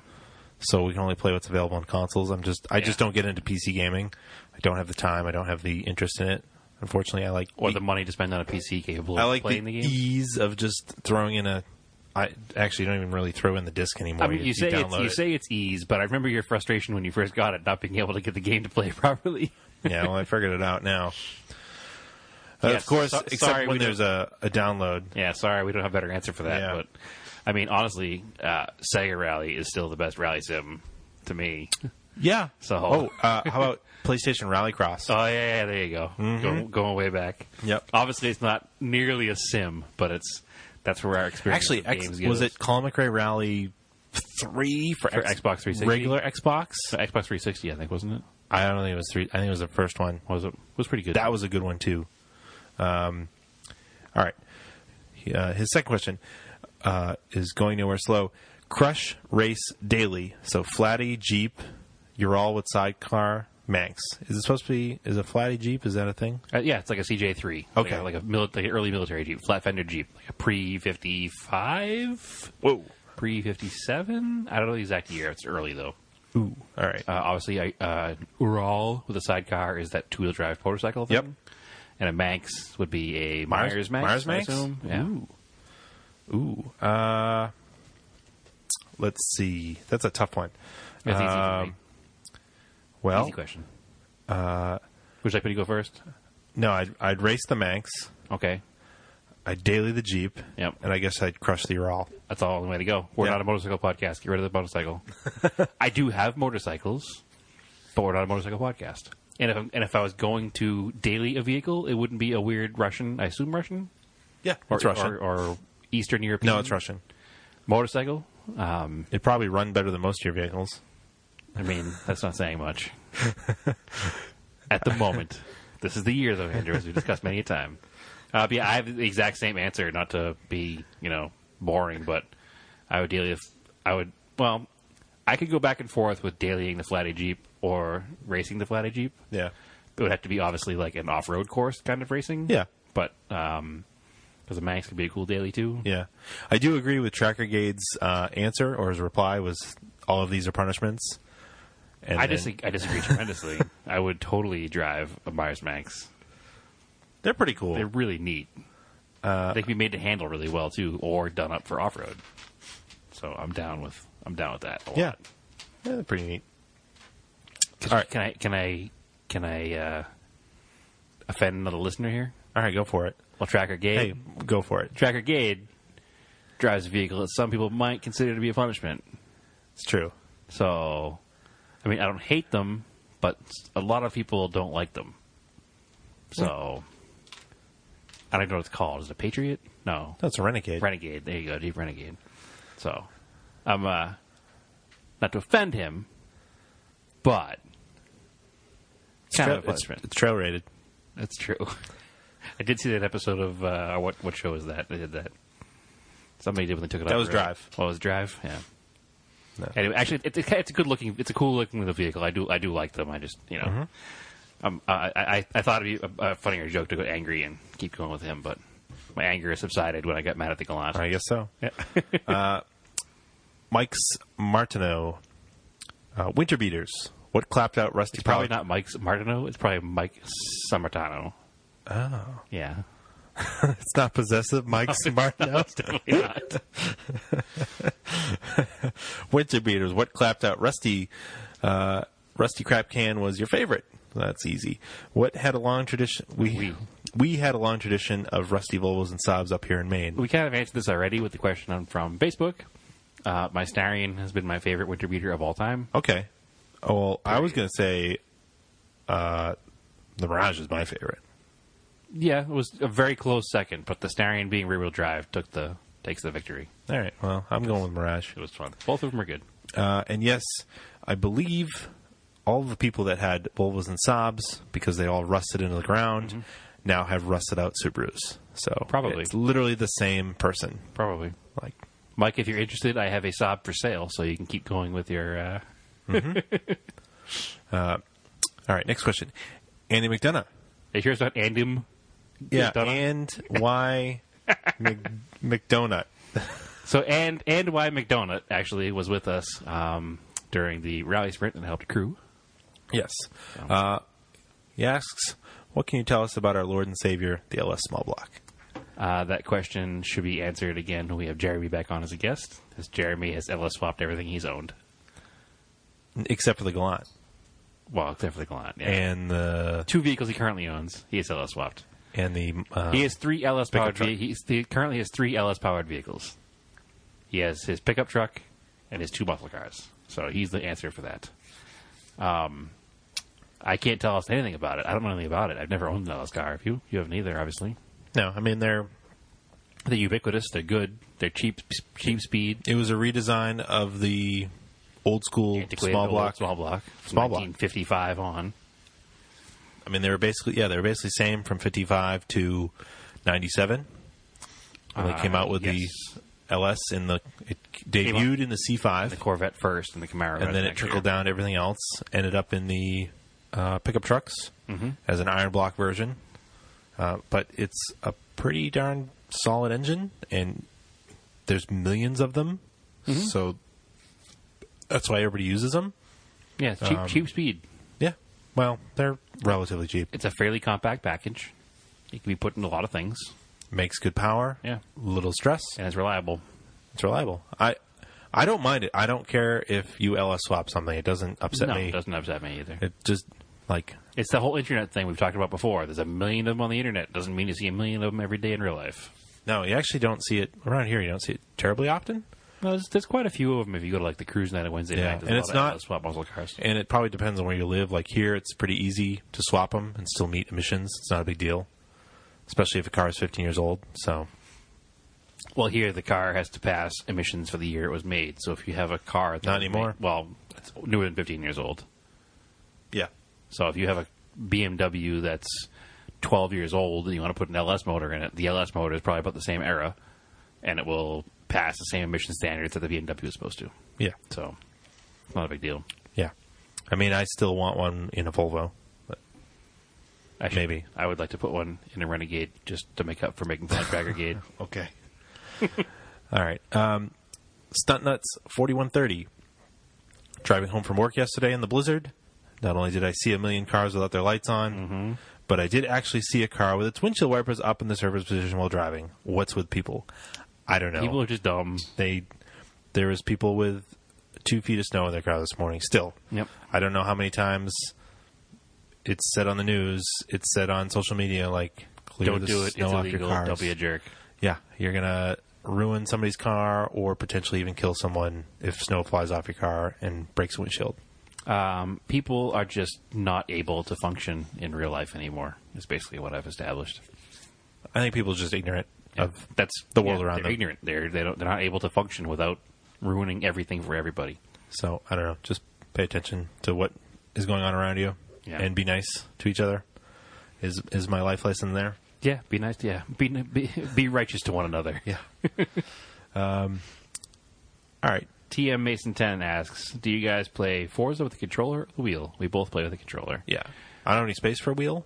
[SPEAKER 2] so we can only play what's available on consoles. I'm just, I just
[SPEAKER 1] Yeah.
[SPEAKER 2] don't get into PC gaming. I don't have the time. I don't have the interest in it. Unfortunately, I like
[SPEAKER 1] Or the money to spend on a PC capable of
[SPEAKER 2] I like
[SPEAKER 1] playing the, game.
[SPEAKER 2] ease of just throwing in a. I actually don't even really throw in the disc anymore.
[SPEAKER 1] I mean, you, say it's,
[SPEAKER 2] download
[SPEAKER 1] you
[SPEAKER 2] it.
[SPEAKER 1] say it's ease, but I remember your frustration when you first got it, not being able to get the game to play [laughs] properly.
[SPEAKER 2] yeah, well, I figured it
[SPEAKER 1] [laughs]
[SPEAKER 2] out now. Uh,
[SPEAKER 1] Yes,
[SPEAKER 2] of course,
[SPEAKER 1] so-
[SPEAKER 2] except
[SPEAKER 1] sorry,
[SPEAKER 2] when
[SPEAKER 1] we
[SPEAKER 2] there's a, a download.
[SPEAKER 1] yeah, sorry, we don't have better answer for that.
[SPEAKER 2] Yeah.
[SPEAKER 1] But I mean, honestly, uh, Sega Rally is still the best rally sim to [laughs] me.
[SPEAKER 2] Yeah.
[SPEAKER 1] So-
[SPEAKER 2] oh, uh, how about [laughs] PlayStation Rallycross?
[SPEAKER 1] Oh yeah, yeah there you go. Go, going way back.
[SPEAKER 2] Yep.
[SPEAKER 1] Obviously, it's not nearly a sim, but it's that's where our experience
[SPEAKER 2] actually,
[SPEAKER 1] with
[SPEAKER 2] X,
[SPEAKER 1] games
[SPEAKER 2] was
[SPEAKER 1] goes.
[SPEAKER 2] it Colin McRae Rally three for,
[SPEAKER 1] For Xbox 360?
[SPEAKER 2] regular Xbox?
[SPEAKER 1] Xbox 360? I think wasn't it?
[SPEAKER 2] I don't think it was three. I think it was the first one.
[SPEAKER 1] Was it was pretty good.
[SPEAKER 2] That was a good one too. Um, all right. He- Uh, his second question uh, is going nowhere slow. Crush race daily. So Flatty Jeep, you're all with sidecar Max. Is it supposed to be? Is a Flatty Jeep? Is that a thing?
[SPEAKER 1] Uh, yeah, it's like a CJ3.
[SPEAKER 2] Okay.
[SPEAKER 1] Like a, like a mili- like an early military Jeep, flat fender Jeep, like a pre 55,
[SPEAKER 2] Whoa.
[SPEAKER 1] pre 57. I don't know the exact year. It's early though.
[SPEAKER 2] Ooh. All right.
[SPEAKER 1] Uh, obviously, I, uh, Ural with a sidecar is that two wheel drive motorcycle thing.
[SPEAKER 2] Yep.
[SPEAKER 1] And a Manx would be a
[SPEAKER 2] Myers-
[SPEAKER 1] Myers, Max.
[SPEAKER 2] Myers Manx?
[SPEAKER 1] I assume. Yeah.
[SPEAKER 2] Ooh. Uh, let's see. That's a tough one.
[SPEAKER 1] That's easy, for me.
[SPEAKER 2] Um, Well,
[SPEAKER 1] easy question. Uh, would you like me to go first?
[SPEAKER 2] no, I'd, I'd race the Manx.
[SPEAKER 1] Okay.
[SPEAKER 2] I'd daily the Jeep.
[SPEAKER 1] Yep.
[SPEAKER 2] And I guess I'd crush the Ural.
[SPEAKER 1] That's all the way to go. We're
[SPEAKER 2] Yeah.
[SPEAKER 1] not a motorcycle podcast. Get rid of the motorcycle. [laughs] I do have motorcycles, but we're not a motorcycle podcast. And if and if I was going to daily a vehicle, it wouldn't be a weird Russian. I assume Russian
[SPEAKER 2] Yeah.
[SPEAKER 1] or
[SPEAKER 2] it's Russian.
[SPEAKER 1] or, or Eastern European.
[SPEAKER 2] no, it's Russian.
[SPEAKER 1] Motorcycle.
[SPEAKER 2] It'd probably run better than most of your vehicles.
[SPEAKER 1] I mean, that's not saying much. At the moment, this is the year, though, Andrew, as we discussed many a time. Uh, but yeah, I have the exact same answer. Not to be, you know, boring, but I would daily. If I would, well, I could go back and forth with dailying the flatty jeep or racing the flatty jeep.
[SPEAKER 2] Yeah.
[SPEAKER 1] It would have to be obviously like an off-road course kind of racing.
[SPEAKER 2] Yeah.
[SPEAKER 1] but um, because the Manx could be a cool daily too.
[SPEAKER 2] Yeah. I do agree with Tracker Gade's uh, answer or his reply was all of these are punishments. And
[SPEAKER 1] I
[SPEAKER 2] then-
[SPEAKER 1] dis- I disagree tremendously. I would totally drive a Myers Manx.
[SPEAKER 2] they're pretty cool.
[SPEAKER 1] They're really neat.
[SPEAKER 2] Uh,
[SPEAKER 1] they can be made to handle really well too, or done up for off road. So I'm down with I'm down with that. A lot.
[SPEAKER 2] yeah. Yeah, they're pretty neat.
[SPEAKER 1] Can,
[SPEAKER 2] All right.
[SPEAKER 1] can I can I can I uh, offend another listener here?
[SPEAKER 2] All right, go for it.
[SPEAKER 1] Well, Tracker Gade.
[SPEAKER 2] Hey, go for it.
[SPEAKER 1] Tracker Gade drives a vehicle that some people might consider to be a punishment.
[SPEAKER 2] It's true.
[SPEAKER 1] So, I mean, I don't hate them, but a lot of people don't like them. So, I don't know what it's called. Is it a Patriot? No.
[SPEAKER 2] That's a renegade.
[SPEAKER 1] Renegade. There you go, Jeep Renegade. So, I'm uh, not to offend him, but it's kind
[SPEAKER 2] Tra-
[SPEAKER 1] of a
[SPEAKER 2] it's,
[SPEAKER 1] punishment.
[SPEAKER 2] it's trail rated.
[SPEAKER 1] That's true. [laughs] I did see that episode of uh, what what show was that? They did that. Somebody did when they took it.
[SPEAKER 2] That
[SPEAKER 1] off,
[SPEAKER 2] was
[SPEAKER 1] right?
[SPEAKER 2] Drive.
[SPEAKER 1] Oh, it was Drive. Yeah.
[SPEAKER 2] No.
[SPEAKER 1] Anyway, actually, it's it's it's a good looking, it's a cool looking little vehicle. I do I do like them. I just you know,
[SPEAKER 2] Mm-hmm.
[SPEAKER 1] um, I, I I thought it'd be a, a funnier joke to go angry and keep going with him, but my anger subsided when I got mad at the Galant.
[SPEAKER 2] I guess so. [laughs] uh, Mike's Martineau. Uh, winter beaters. What clapped out rusty
[SPEAKER 1] It's probably
[SPEAKER 2] power-
[SPEAKER 1] not Mike Martino. It's probably Mike Sammartano. Oh. Yeah.
[SPEAKER 2] It's not possessive. Mike's
[SPEAKER 1] [laughs]
[SPEAKER 2] Martineau.
[SPEAKER 1] It's definitely not.
[SPEAKER 2] Winter beaters. What clapped out rusty, uh, rusty crap can was your favorite? That's easy. What had a long tradition? We,
[SPEAKER 1] We.
[SPEAKER 2] we had a long tradition of rusty Volvos and Saabs up here in Maine.
[SPEAKER 1] [laughs] We kind of answered this already with the question on, from Facebook. Uh, my Snarian has been my favorite winter beater of all time.
[SPEAKER 2] Okay. Oh, well, I was going to say uh, the Mirage is my favorite.
[SPEAKER 1] Yeah, it was a very close second, but the Snarian being rear wheel drive took the takes the victory.
[SPEAKER 2] All right. Well, I'm going with Mirage.
[SPEAKER 1] It was fun. Both of them are good.
[SPEAKER 2] Uh, and yes, I believe all of the people that had Volvos and Saabs, because they all rusted into the ground, now have rusted out Subarus. So
[SPEAKER 1] Mm-hmm. Probably.
[SPEAKER 2] it's literally the same person.
[SPEAKER 1] Probably.
[SPEAKER 2] Like
[SPEAKER 1] Mike, if you're interested, I have a Saab for sale, so you can keep going with your. Uh,
[SPEAKER 2] All right, next question. Andy McDonough.
[SPEAKER 1] are you sure it's not Andum?
[SPEAKER 2] Yeah,
[SPEAKER 1] McDonough?
[SPEAKER 2] and
[SPEAKER 1] [laughs]
[SPEAKER 2] why Mc, McDonut?
[SPEAKER 1] So and and why McDonut actually was with us um, during the rally sprint and helped crew.
[SPEAKER 2] Yes. Uh, he asks, what can you tell us about our Lord and Savior, the LS Small Block?
[SPEAKER 1] Uh, that question should be answered again when we have Jeremy back on as a guest, as Jeremy has LS swapped everything he's owned.
[SPEAKER 2] Except for the Gallant
[SPEAKER 1] Well, except for the Galant. Yeah.
[SPEAKER 2] and the
[SPEAKER 1] Two vehicles he currently owns, he has LS swapped.
[SPEAKER 2] and the uh,
[SPEAKER 1] He has three LS powered.
[SPEAKER 2] Pickup truck.
[SPEAKER 1] Ve- he's, he currently has three LS powered vehicles. He has his pickup truck and his two muscle cars. So he's the answer for that. Um, I can't tell us anything about it. I don't know anything about it. I've never owned an LS car. Have you? You haven't either, obviously.
[SPEAKER 2] no. I mean, they're
[SPEAKER 1] They're ubiquitous. They're good. They're cheap. Cheap speed.
[SPEAKER 2] it was a redesign of the old school
[SPEAKER 1] Antiquated
[SPEAKER 2] small
[SPEAKER 1] old
[SPEAKER 2] block.
[SPEAKER 1] Small block.
[SPEAKER 2] Small block.
[SPEAKER 1] 1955 on.
[SPEAKER 2] I mean, they were basically yeah, they were basically same from fifty five to ninety seven. When they
[SPEAKER 1] Uh,
[SPEAKER 2] came out with
[SPEAKER 1] yes.
[SPEAKER 2] the LS in the it
[SPEAKER 1] out-
[SPEAKER 2] debuted in the C five,
[SPEAKER 1] The Corvette first and the Camaro.
[SPEAKER 2] and then it trickled down to everything else. Ended up in the uh, pickup trucks
[SPEAKER 1] Mm-hmm.
[SPEAKER 2] as an iron block version, uh, but it's a pretty darn solid engine, and there's millions of them,
[SPEAKER 1] Mm-hmm.
[SPEAKER 2] so that's why everybody uses them.
[SPEAKER 1] Yeah, it's cheap,
[SPEAKER 2] Um,
[SPEAKER 1] cheap speed.
[SPEAKER 2] Yeah, well, they're relatively cheap.
[SPEAKER 1] It's a fairly compact package. It can be put into a lot of things,
[SPEAKER 2] Makes good power.
[SPEAKER 1] Yeah.
[SPEAKER 2] little stress.
[SPEAKER 1] and it's reliable.
[SPEAKER 2] It's reliable. I I don't mind it. I don't care if you LS swap something. It doesn't upset
[SPEAKER 1] no,
[SPEAKER 2] me.
[SPEAKER 1] it doesn't upset me either.
[SPEAKER 2] It just like
[SPEAKER 1] It's the whole internet thing we've talked about before. There's a million of them on the internet. Doesn't mean you see a million of them every day in real life.
[SPEAKER 2] no, you actually don't see it around here. You don't see it terribly often,
[SPEAKER 1] No, there's, there's quite a few of them if you go to like the cruise night on Wednesday
[SPEAKER 2] Yeah,
[SPEAKER 1] night. There's
[SPEAKER 2] and
[SPEAKER 1] a
[SPEAKER 2] it's
[SPEAKER 1] lot of
[SPEAKER 2] not-
[SPEAKER 1] LS swap muscle cars.
[SPEAKER 2] and it probably depends on where you live. Like here, it's pretty easy to swap them and still meet emissions. It's not a big deal, especially if a car is 15 years old. So
[SPEAKER 1] Well, here the car has to pass emissions for the year it was made. So if you have a car, that
[SPEAKER 2] Not
[SPEAKER 1] was
[SPEAKER 2] anymore.
[SPEAKER 1] made- well, it's newer than 15 years old.
[SPEAKER 2] yeah,
[SPEAKER 1] So if you have a BMW that's 12 years old and you want to put an LS motor in it, the LS motor is probably about the same era, and it will pass the same emission standards that the BMW is supposed to.
[SPEAKER 2] yeah,
[SPEAKER 1] So, not a big deal.
[SPEAKER 2] yeah. I mean, I still want one in a Volvo. But
[SPEAKER 1] I should-
[SPEAKER 2] Maybe.
[SPEAKER 1] I would like to put one in a Renegade just to make up for making fun of
[SPEAKER 2] [laughs]
[SPEAKER 1] Baggergade.
[SPEAKER 2] Okay. All right. Um, Stunt Nuts 4130. Driving home from work yesterday in the blizzard, not only did I see a million cars without their lights on,
[SPEAKER 1] Mm-hmm.
[SPEAKER 2] but I did actually see a car with its windshield wipers up in the surface position while driving. What's with people? I don't know.
[SPEAKER 1] People are just dumb.
[SPEAKER 2] they there was people with two feet of snow in their car this morning. Still,
[SPEAKER 1] Yep.
[SPEAKER 2] I don't know how many times it's said on the news, it's said on social media, like clear
[SPEAKER 1] Don't
[SPEAKER 2] the
[SPEAKER 1] do it. It's
[SPEAKER 2] snow off your
[SPEAKER 1] illegal.
[SPEAKER 2] cars.
[SPEAKER 1] Don't be a jerk.
[SPEAKER 2] Yeah, you're gonna ruin somebody's car or potentially even kill someone if snow flies off your car and breaks a windshield.
[SPEAKER 1] Um, people are just not able to function in real life anymore. Is basically what I've established.
[SPEAKER 2] I think people are just ignorant of
[SPEAKER 1] That's
[SPEAKER 2] the world
[SPEAKER 1] yeah,
[SPEAKER 2] around
[SPEAKER 1] they're
[SPEAKER 2] them.
[SPEAKER 1] Ignorant. They're they don't they're not able to function without ruining everything for everybody.
[SPEAKER 2] So I don't know. Just pay attention to what is going on around you
[SPEAKER 1] Yeah.
[SPEAKER 2] and be nice to each other. Is is my life lesson there?
[SPEAKER 1] Yeah, be nice. Yeah, be be, be righteous to one another.
[SPEAKER 2] [laughs] Yeah. um, all right.
[SPEAKER 1] TM Mason Ten asks, "Do you guys play Forza with the controller or the wheel? We both play with the controller,
[SPEAKER 2] Yeah. I don't have any space for a wheel.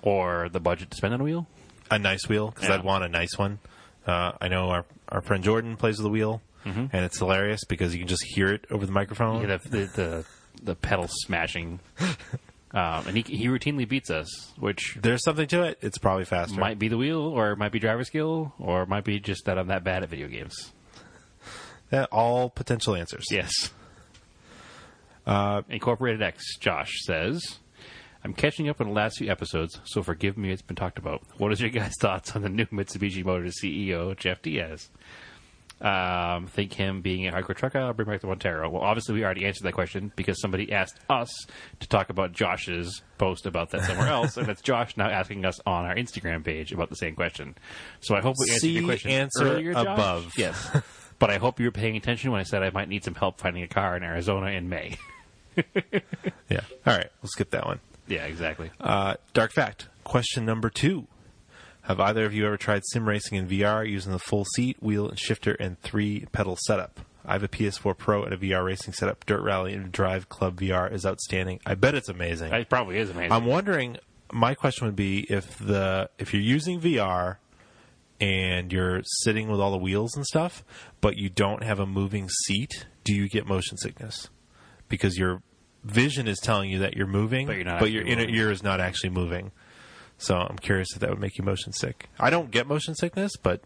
[SPEAKER 1] or the budget to spend on a wheel.
[SPEAKER 2] A nice wheel because
[SPEAKER 1] Yeah.
[SPEAKER 2] I'd want a nice one. Uh, I know our our friend Jordan plays with a wheel,
[SPEAKER 1] Mm-hmm.
[SPEAKER 2] and it's hilarious because you can just hear it over the microphone.
[SPEAKER 1] Yeah, the, the the the pedal smashing, [laughs] um, and he he routinely beats us, which
[SPEAKER 2] There's something to it. It's probably faster.
[SPEAKER 1] might be the wheel, or it might be driver skill, or it might be just that I'm that bad at video games.
[SPEAKER 2] Yeah, all potential answers.
[SPEAKER 1] Yes. Incorporated X, Josh says, I'm catching up on the last few episodes, so forgive me it's been talked about. What is your guys' [laughs] thoughts on the new Mitsubishi Motors CEO, Jeff Diaz? Um, think him being a hardcore trucker, I'll bring back the Montero. Well, obviously, we already answered that question because somebody asked us to talk about Josh's post about that somewhere else, and it's Josh now asking us on our Instagram page about the same question. So I hope we answered
[SPEAKER 2] See
[SPEAKER 1] your question
[SPEAKER 2] answer
[SPEAKER 1] earlier, Josh.
[SPEAKER 2] above. [laughs]
[SPEAKER 1] Yes. But I hope you were paying attention when I said I might need some help finding a car in Arizona in May. [laughs]
[SPEAKER 2] Yeah. All right. We'll skip that one.
[SPEAKER 1] yeah, exactly.
[SPEAKER 2] Uh, dark fact. Question number two. Have either of you ever tried sim racing in VR using the full seat, wheel, and shifter and three pedal setup? I have a PS4 Pro and a VR racing setup. Dirt Rally and Drive Club VR is outstanding. I bet it's amazing.
[SPEAKER 1] That probably is amazing.
[SPEAKER 2] I'm wondering. My question would be if the if you're using VR and you're sitting with all the wheels and stuff, but you don't have a moving seat, do you get motion sickness? Because your vision is telling you that you're moving,
[SPEAKER 1] But you're not
[SPEAKER 2] your
[SPEAKER 1] actually
[SPEAKER 2] inner
[SPEAKER 1] moving.
[SPEAKER 2] ear is not actually moving. So I'm curious if that would make you motion sick. I don't get motion sickness, but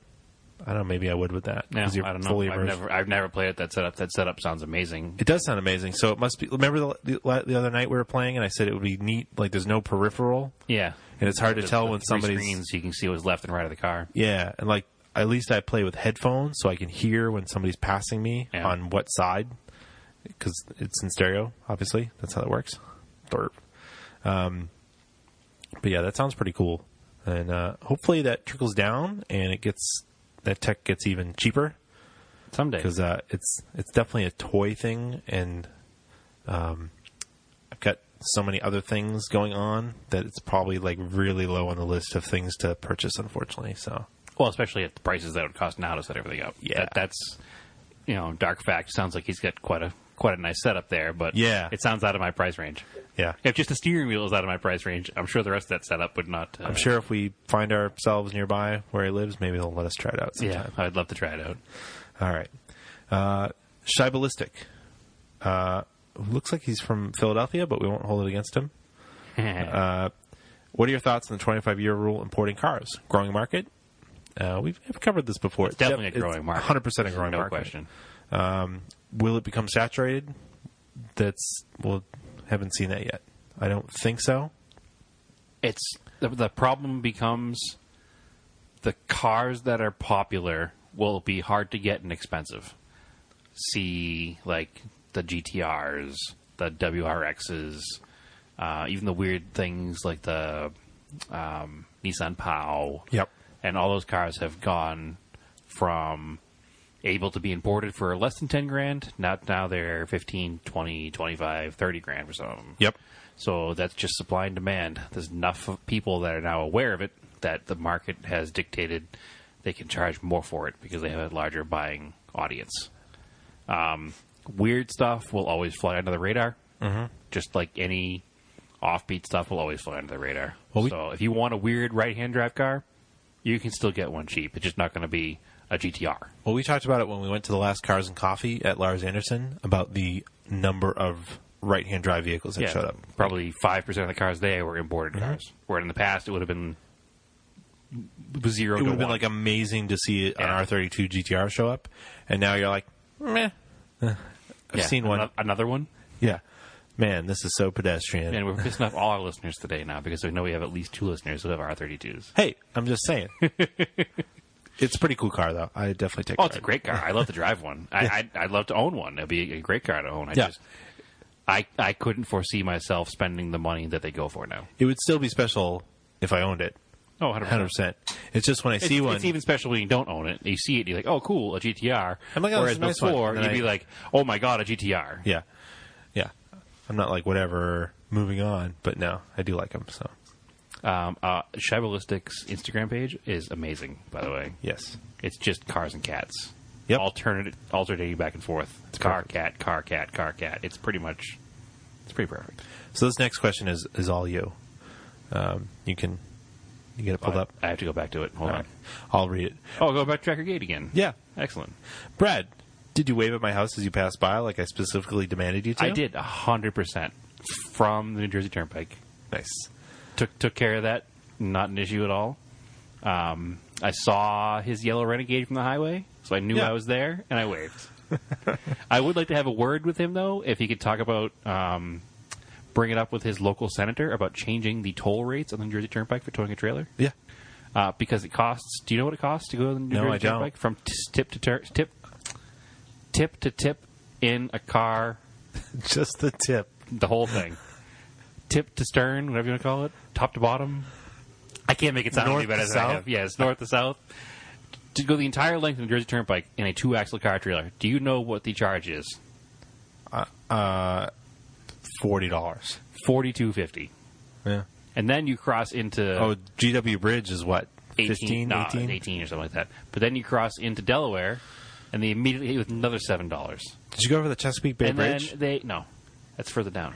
[SPEAKER 2] I don't know. Maybe I would with that.
[SPEAKER 1] No,
[SPEAKER 2] 'cause you're
[SPEAKER 1] I don't know.
[SPEAKER 2] fully
[SPEAKER 1] I've
[SPEAKER 2] immersed.
[SPEAKER 1] never, I've never played it. That setup, that setup sounds amazing.
[SPEAKER 2] It does sound amazing. So it must be. Remember the, the, the other night we were playing, and I said it would be neat. Like there's no peripheral,
[SPEAKER 1] Yeah,
[SPEAKER 2] and it's hard to tell when
[SPEAKER 1] Three
[SPEAKER 2] somebody's
[SPEAKER 1] screens, you can see what's left and right of the car.
[SPEAKER 2] Yeah, and like at least I play with headphones, so I can hear when somebody's passing me
[SPEAKER 1] Yeah.
[SPEAKER 2] on what side, because it's in stereo. Obviously, that's how it works. Burp. Um, but yeah, that sounds pretty cool, and uh, hopefully that trickles down and it gets that tech gets even cheaper
[SPEAKER 1] Someday,
[SPEAKER 2] because uh, it's it's definitely a toy thing, and um, I've got so many other things going on that it's probably like really low on the list of things to purchase, unfortunately. So.
[SPEAKER 1] well, especially at the prices that it would cost now to set everything up.
[SPEAKER 2] Yeah.
[SPEAKER 1] That- that's you know, dark fact. Sounds like he's got quite a quite a nice setup there, but
[SPEAKER 2] Yeah.
[SPEAKER 1] it sounds out of my price range.
[SPEAKER 2] Yeah.
[SPEAKER 1] If just the steering wheel is out of my price range, I'm sure the rest of that setup would not. Uh,
[SPEAKER 2] I'm sure if we find ourselves nearby where he lives, maybe he'll let us try it out
[SPEAKER 1] Yeah,
[SPEAKER 2] sometime.
[SPEAKER 1] I'd love to try it out. [laughs]
[SPEAKER 2] All right. Uh, Shibalistic. Uh, looks like he's from Philadelphia, but we won't hold it against him. Uh, What are your thoughts on the 25 year rule importing cars? Growing market? Uh, we've, we've covered this before. It's
[SPEAKER 1] definitely a growing market.
[SPEAKER 2] 100% a growing
[SPEAKER 1] no
[SPEAKER 2] market.
[SPEAKER 1] question.
[SPEAKER 2] Will it become saturated? That's, well, haven't seen that yet. I don't think so.
[SPEAKER 1] it's the, the problem becomes the cars that are popular will be hard to get and expensive. See, like the GTRs, the WRXs, uh, even the weird things like the um, Nissan Pow
[SPEAKER 2] Yep.
[SPEAKER 1] and all those cars have gone from able to be imported for less than 10 grand now now they're 15 20 25 30 grand for some of them
[SPEAKER 2] Yep.
[SPEAKER 1] so that's just supply and demand. There's enough of people that are now aware of it that the market has dictated they can charge more for it because they have a larger buying audience. Um, weird stuff will always fly under the radar, mm-hmm. just like any offbeat stuff will always fly under the radar.
[SPEAKER 2] Well, we-
[SPEAKER 1] so if you want a weird right-hand drive car, you can still get one cheap. It's just not going to be a GTR.
[SPEAKER 2] Well, we talked about it when we went to the last Cars and Coffee at Lars Anderson about the number of right-hand drive vehicles that showed up.
[SPEAKER 1] Probably five percent of the cars there were imported cars, where in the past it would have been zero.
[SPEAKER 2] Mm-hmm.
[SPEAKER 1] to
[SPEAKER 2] It would have
[SPEAKER 1] one.
[SPEAKER 2] been like amazing to see an
[SPEAKER 1] Yeah.
[SPEAKER 2] R32 GTR show up, and now you're like, meh. Eh, I've
[SPEAKER 1] Yeah,
[SPEAKER 2] seen one.
[SPEAKER 1] ano- Another one.
[SPEAKER 2] yeah, man, this is so pedestrian.
[SPEAKER 1] And we're pissing off all our listeners today now because we know we have at least two listeners who have R32s.
[SPEAKER 2] hey, I'm
[SPEAKER 1] [laughs]
[SPEAKER 2] just saying, it's a pretty cool car though. I definitely take.
[SPEAKER 1] Oh,
[SPEAKER 2] a
[SPEAKER 1] it's a
[SPEAKER 2] ride.
[SPEAKER 1] great car. I love to drive one. I, I'd, I'd love to own one. It'd be a great car to own. I
[SPEAKER 2] Yeah.
[SPEAKER 1] just, I, I couldn't foresee myself spending the money that they go for now.
[SPEAKER 2] It would still be special if I owned it,
[SPEAKER 1] Oh, 100%.
[SPEAKER 2] 100. percent It's just when I
[SPEAKER 1] It's,
[SPEAKER 2] see one,
[SPEAKER 1] it's even special when you don't own it. You see it, you're like, oh, cool, a GTR.
[SPEAKER 2] I'm like, oh,
[SPEAKER 1] Whereas
[SPEAKER 2] that's a nice one.
[SPEAKER 1] before,
[SPEAKER 2] And then
[SPEAKER 1] you'd
[SPEAKER 2] I-
[SPEAKER 1] be like, oh my god, a GTR.
[SPEAKER 2] Yeah, yeah. I'm not like whatever. Moving on, but no, I do like them. So
[SPEAKER 1] Um, uh, Shibalistics Instagram page is amazing, by the way.
[SPEAKER 2] yes,
[SPEAKER 1] It's just cars and cats.
[SPEAKER 2] Yep.
[SPEAKER 1] Alternate, alternating back and forth. It's car,
[SPEAKER 2] perfect.
[SPEAKER 1] cat, car, cat, car, cat. It's pretty much, it's pretty perfect.
[SPEAKER 2] So this next question is is all you. Um, you can you get it pulled up.
[SPEAKER 1] I have to go back to it. Hold
[SPEAKER 2] All
[SPEAKER 1] on.
[SPEAKER 2] right. I'll read it.
[SPEAKER 1] Oh, go back to Tracker Gate again.
[SPEAKER 2] Yeah,
[SPEAKER 1] Excellent.
[SPEAKER 2] Brad, did you wave at my house as you passed by, like I specifically demanded you to?
[SPEAKER 1] I did hundred percent from the New Jersey Turnpike.
[SPEAKER 2] Nice.
[SPEAKER 1] Took took care of that. Not an issue at all. Um, I saw his yellow renegade from the highway, so I knew
[SPEAKER 2] Yeah.
[SPEAKER 1] I was there, and I [laughs] waved. I would like to have a word with him though, if he could talk about um, bring it up with his local senator about changing the toll rates on the New Jersey Turnpike for towing a trailer?
[SPEAKER 2] Yeah. [laughs]
[SPEAKER 1] Uh, because it costs. Do you know what it costs to go to the New
[SPEAKER 2] No,
[SPEAKER 1] Jersey
[SPEAKER 2] I don't.
[SPEAKER 1] Turnpike from t- tip to tur tip, tip to tip in a car,
[SPEAKER 2] Just the tip.
[SPEAKER 1] the whole [laughs] thing, tip to stern, whatever you want to call it, top to bottom. I can't make it sound
[SPEAKER 2] North
[SPEAKER 1] any better
[SPEAKER 2] to
[SPEAKER 1] than I
[SPEAKER 2] south?
[SPEAKER 1] have. Yes, north to south. To go the entire length of the New Jersey Turnpike in a two-axle car trailer. Do you know what the charge is?
[SPEAKER 2] uh, Forty dollars.
[SPEAKER 1] Forty-two fifty.
[SPEAKER 2] Yeah.
[SPEAKER 1] And then you cross into
[SPEAKER 2] Oh, GW Bridge is what?
[SPEAKER 1] 18,
[SPEAKER 2] 15,
[SPEAKER 1] nah,
[SPEAKER 2] 18?
[SPEAKER 1] 18 or something like that. But then you cross into Delaware, and they immediately hit you with another seven dollars.
[SPEAKER 2] Did you go over the Chesapeake Bay
[SPEAKER 1] And
[SPEAKER 2] Bridge?
[SPEAKER 1] then they no, that's further down.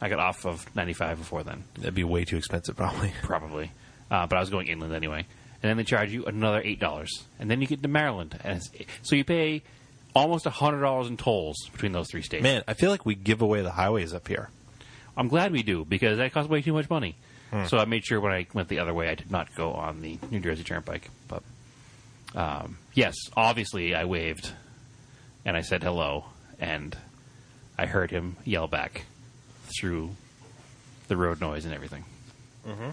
[SPEAKER 1] I got off of 95 before then,
[SPEAKER 2] That'd be way too
[SPEAKER 1] [laughs]
[SPEAKER 2] expensive, probably.
[SPEAKER 1] probably, uh, but I was going inland anyway. And then they charge you another eight dollars, and then you get to Maryland, and it's, so you pay almost hundred dollars in tolls between those three states.
[SPEAKER 2] Man, I feel like we give away the highways up here.
[SPEAKER 1] I'm glad we do because that costs way too much money. So I made sure when I went the other way, I did not go on the New Jersey Turnpike. But um, yes, obviously I waved and I said hello, and I heard him yell back through the road noise and everything. Mm-hmm.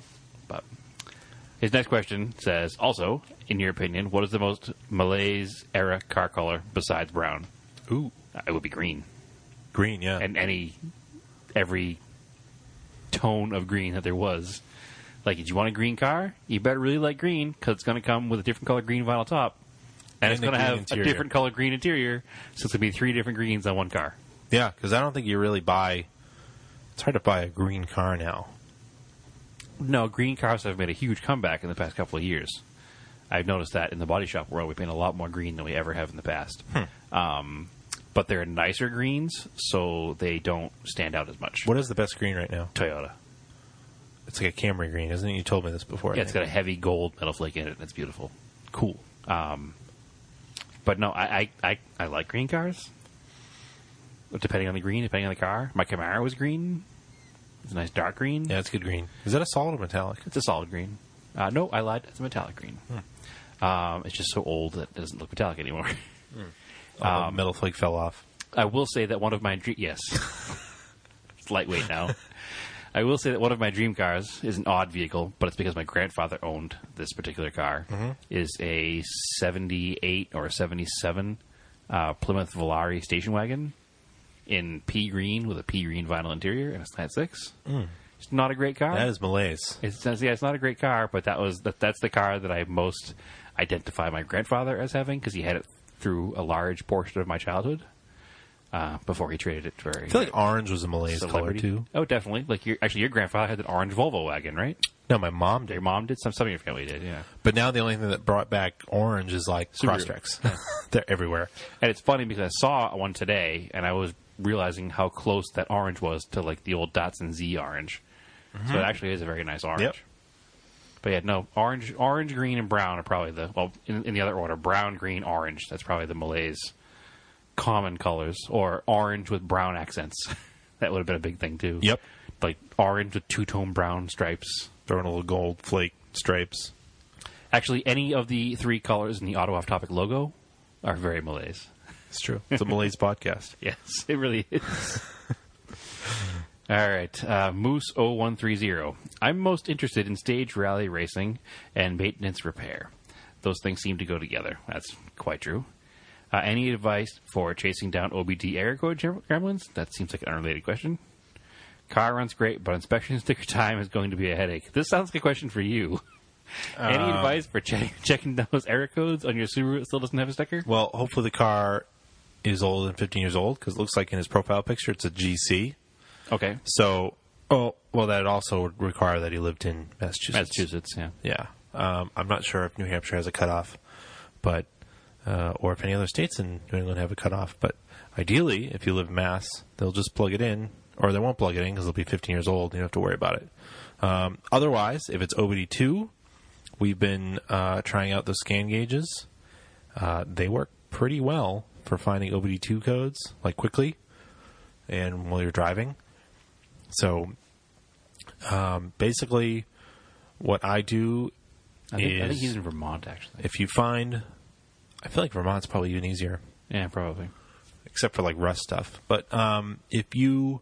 [SPEAKER 1] But his next question says, also, in your opinion, what is the most Malaise era car color besides brown? Uh,
[SPEAKER 2] Ooh,
[SPEAKER 1] It would be green
[SPEAKER 2] green, yeah.
[SPEAKER 1] and any every tone of green that there was. Like, did you want a green car? You better really like green because it's going to come with a different color green vinyl top, and,
[SPEAKER 2] And
[SPEAKER 1] it's
[SPEAKER 2] a
[SPEAKER 1] going to
[SPEAKER 2] green
[SPEAKER 1] have
[SPEAKER 2] interior.
[SPEAKER 1] a different color green interior. So it's going to be three different greens on one car.
[SPEAKER 2] yeah, because I don't think you really buy. It's hard to buy a green car now.
[SPEAKER 1] No, green cars have made a huge comeback in the past couple of years. I've noticed that in the body shop world, we paint a lot more green than we ever have in the past.
[SPEAKER 2] Hmm.
[SPEAKER 1] Um, but they're nicer greens, so they don't stand out as much.
[SPEAKER 2] What is the best green right now?
[SPEAKER 1] Toyota?
[SPEAKER 2] It's like a Camry green, isn't it? You told me this before. I
[SPEAKER 1] Yeah, it's got
[SPEAKER 2] think.
[SPEAKER 1] a heavy gold metal flake in it. and It's beautiful. Cool. Um, but no, I, I, I, I like green cars. Depending on the green, depending on the car. My Camaro was green. It's a nice dark green.
[SPEAKER 2] yeah, it's good green. Is that a solid or metallic?
[SPEAKER 1] It's a solid green. Uh, no, I lied. It's a metallic green. Um, it's just so old that it doesn't look metallic anymore. [laughs]
[SPEAKER 2] Oh,
[SPEAKER 1] Um,
[SPEAKER 2] the metal flake fell off.
[SPEAKER 1] I will say that one of my dream yes, [laughs] it's lightweight now. I will say that one of my dream cars is an odd vehicle, but it's because my grandfather owned this particular car. Is a '78 or '77 uh, Plymouth Valari station wagon in pea green with a pea green vinyl interior and a slant six. It's not a great car.
[SPEAKER 2] That is malaise.
[SPEAKER 1] It's it's- yeah, it's not a great car, but that was that, that's the car that I most identify my grandfather as having because he had it through a large portion of my childhood uh, before he traded it for a
[SPEAKER 2] I feel like orange was a malaise color
[SPEAKER 1] celebrity.
[SPEAKER 2] too.
[SPEAKER 1] Oh, definitely. Like your actually, your grandfather had an orange Volvo wagon, right?
[SPEAKER 2] No, my mom
[SPEAKER 1] Your
[SPEAKER 2] did.
[SPEAKER 1] mom did. Some some of your family did. Yeah.
[SPEAKER 2] But now the only thing that brought back orange is like
[SPEAKER 1] Subaru.
[SPEAKER 2] crosstracks. [laughs] They're everywhere.
[SPEAKER 1] And it's funny because I saw one today, and I was realizing how close that orange was to like the old Datsun Z orange. So it actually is a very nice orange.
[SPEAKER 2] Mm-hmm. Yep.
[SPEAKER 1] But yeah, no orange, orange, green, and brown are probably the well in, in the other order: brown, green, orange. That's probably the Malays' common colors, or orange with brown accents. [laughs] that would have been a big thing too.
[SPEAKER 2] Yep.
[SPEAKER 1] like orange with two-tone brown stripes.
[SPEAKER 2] Throwing a little gold flake stripes.
[SPEAKER 1] Actually, any of the three colors in the Auto Off Topic logo are very Malays.
[SPEAKER 2] It's true. It's a malaise podcast.
[SPEAKER 1] [laughs] Yes, it really is. [laughs] All right, uh, Moose 0130. I'm most interested in stage rally racing and maintenance repair. Those things seem to go together. That's quite true. Uh, any advice for chasing down OBD error code gem- gremlins? That seems like an unrelated question. Car runs great, but inspection [laughs] sticker time is going to be a headache. This sounds like a question for you. [laughs] any advice for che- [laughs] checking those error codes on your Subaru that still doesn't have a sticker?
[SPEAKER 2] Well, hopefully the car is older than 15 years old because it looks like in his profile picture it's a GC.
[SPEAKER 1] Okay.
[SPEAKER 2] So, oh, well, that also would require that he lived in Massachusetts.
[SPEAKER 1] Massachusetts, yeah.
[SPEAKER 2] Yeah. Um, I'm not sure if New Hampshire has a cutoff, but uh, or if any other states in New England have a cutoff. But ideally, if you live in Mass, they'll just plug it in, or they won't plug it in because they'll be 15 years old. and You don't have to worry about it. Um, otherwise, if it's OBD2, we've been uh, trying out the scan gauges. Uh, they work pretty well for finding OBD2 codes, like quickly and while you're driving. So um, basically, what I do
[SPEAKER 1] I think, I
[SPEAKER 2] is-
[SPEAKER 1] think he's in Vermont, actually.
[SPEAKER 2] if you find, I feel like Vermont's probably even easier,
[SPEAKER 1] Yeah, probably.
[SPEAKER 2] except for like rust stuff. But um, if you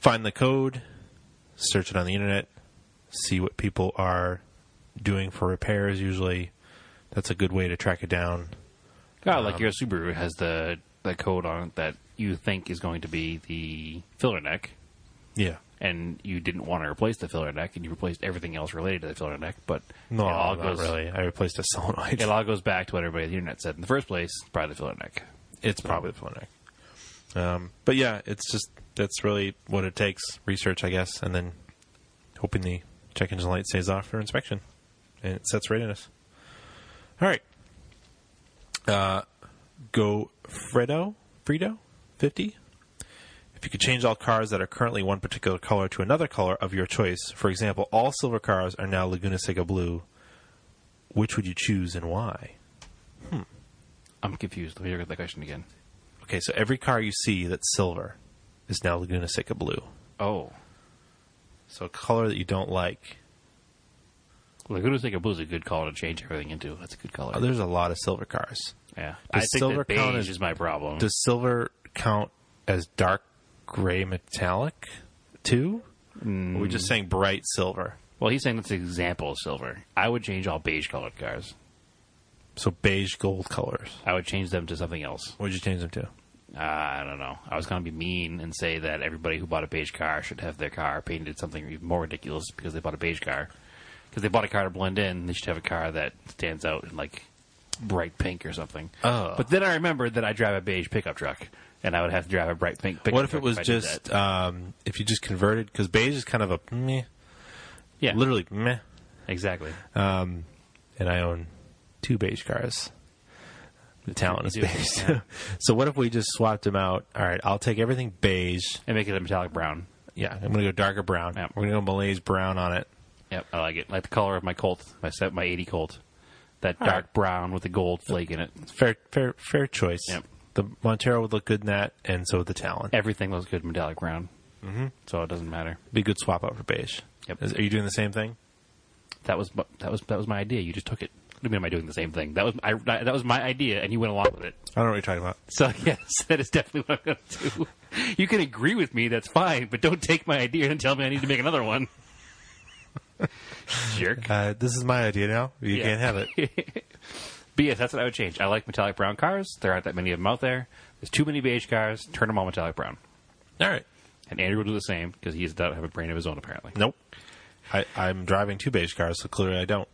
[SPEAKER 2] find the code, search it on the internet, see what people are doing for repairs. Usually, that's a good way to track it down.
[SPEAKER 1] Yeah, like your Subaru has the the code on it that you think is going to be the filler neck,
[SPEAKER 2] Yeah,
[SPEAKER 1] and you didn't want to replace the filler neck, and you replaced everything else related to the filler neck, but
[SPEAKER 2] no,
[SPEAKER 1] it all
[SPEAKER 2] not
[SPEAKER 1] goes
[SPEAKER 2] really. I replaced a solenoid. [laughs]
[SPEAKER 1] it all goes back to what everybody on the internet said in the first place. It's Probably the filler neck.
[SPEAKER 2] It's probably the Flanac. Um, but yeah, it's just that's really what it takes research, I guess, and then hoping the check engine light stays off for inspection and it sets readiness. All right. Uh, go Fredo, Fredo, 50. If you could change all cars that are currently one particular color to another color of your choice, for example, all silver cars are now Laguna Seca blue, which would you choose and why?
[SPEAKER 1] I'm confused. Let me look at that question again.
[SPEAKER 2] Okay, so every car you see that's silver is now Laguna Seca blue.
[SPEAKER 1] Oh,
[SPEAKER 2] So a color that you don't like.
[SPEAKER 1] Laguna Seca Blue is a good color to change everything into. That's a good color.
[SPEAKER 2] Oh, there's a lot of silver cars.
[SPEAKER 1] yeah, I
[SPEAKER 2] does
[SPEAKER 1] think
[SPEAKER 2] silver
[SPEAKER 1] that beige
[SPEAKER 2] count as-
[SPEAKER 1] is my problem.
[SPEAKER 2] Does silver count as dark gray metallic too? Or We're just saying bright silver.
[SPEAKER 1] well, he's saying that's an example of silver. I would change all beige colored cars.
[SPEAKER 2] So beige gold colors.
[SPEAKER 1] I would change them to something else.
[SPEAKER 2] What'd you change them to?
[SPEAKER 1] Uh, I don't know. I was going to be mean and say that everybody who bought a beige car should have their car painted something even more ridiculous because they bought a beige car. Because they bought a car to blend in, they should have a car that stands out in like bright pink or something.
[SPEAKER 2] Oh.
[SPEAKER 1] But then I remembered that I drive a beige pickup truck, and I would have to drive a bright pink pickup
[SPEAKER 2] What if it
[SPEAKER 1] truck
[SPEAKER 2] was
[SPEAKER 1] I did
[SPEAKER 2] just
[SPEAKER 1] that.
[SPEAKER 2] um, if you just converted because beige is kind of a meh,
[SPEAKER 1] yeah,
[SPEAKER 2] literally meh.
[SPEAKER 1] exactly.
[SPEAKER 2] and I own two beige cars. The talent is
[SPEAKER 1] You do,
[SPEAKER 2] beige. too. [laughs] so what if we just swapped them out? All right, I'll take everything beige.
[SPEAKER 1] And make it a metallic brown.
[SPEAKER 2] Yeah, I'm gonna go darker brown.
[SPEAKER 1] Yep.
[SPEAKER 2] We're gonna go Malaise brown on it.
[SPEAKER 1] Yep, I like it. Like the color of my Colt, my set, my eighty Colt. That
[SPEAKER 2] All
[SPEAKER 1] dark
[SPEAKER 2] right.
[SPEAKER 1] brown with the gold flake in it.
[SPEAKER 2] Fair, fair, fair choice.
[SPEAKER 1] Yep.
[SPEAKER 2] The Montero would look good in that, and so would the Talon.
[SPEAKER 1] Everything looks good metallic brown, mm-hmm. so it doesn't matter.
[SPEAKER 2] Be a good swap out for beige.
[SPEAKER 1] Yep.
[SPEAKER 2] Is- are you doing the same thing?
[SPEAKER 1] That was bu- that was that was my idea. You just took it. What do you mean? Am I doing the same thing? That was I, I- that was my idea, and you went along with it.
[SPEAKER 2] I don't know what you're talking about.
[SPEAKER 1] So [laughs] yes, that is definitely what I'm going to do. You can agree with me. That's fine, but don't take my idea and tell me I need to make another one. [laughs] Jerk.
[SPEAKER 2] Uh, this is my idea now. You
[SPEAKER 1] Yeah.
[SPEAKER 2] can't have it.
[SPEAKER 1] [laughs] But yes, that's what I would change. I like metallic brown cars. There aren't that many of them out there. There's too many beige cars. Turn them all metallic brown.
[SPEAKER 2] All right.
[SPEAKER 1] And Andrew will do the same because he doesn't have a brain of his own,
[SPEAKER 2] [laughs]
[SPEAKER 1] apparently.
[SPEAKER 2] Nope. I, I'm driving two beige cars, so clearly I don't.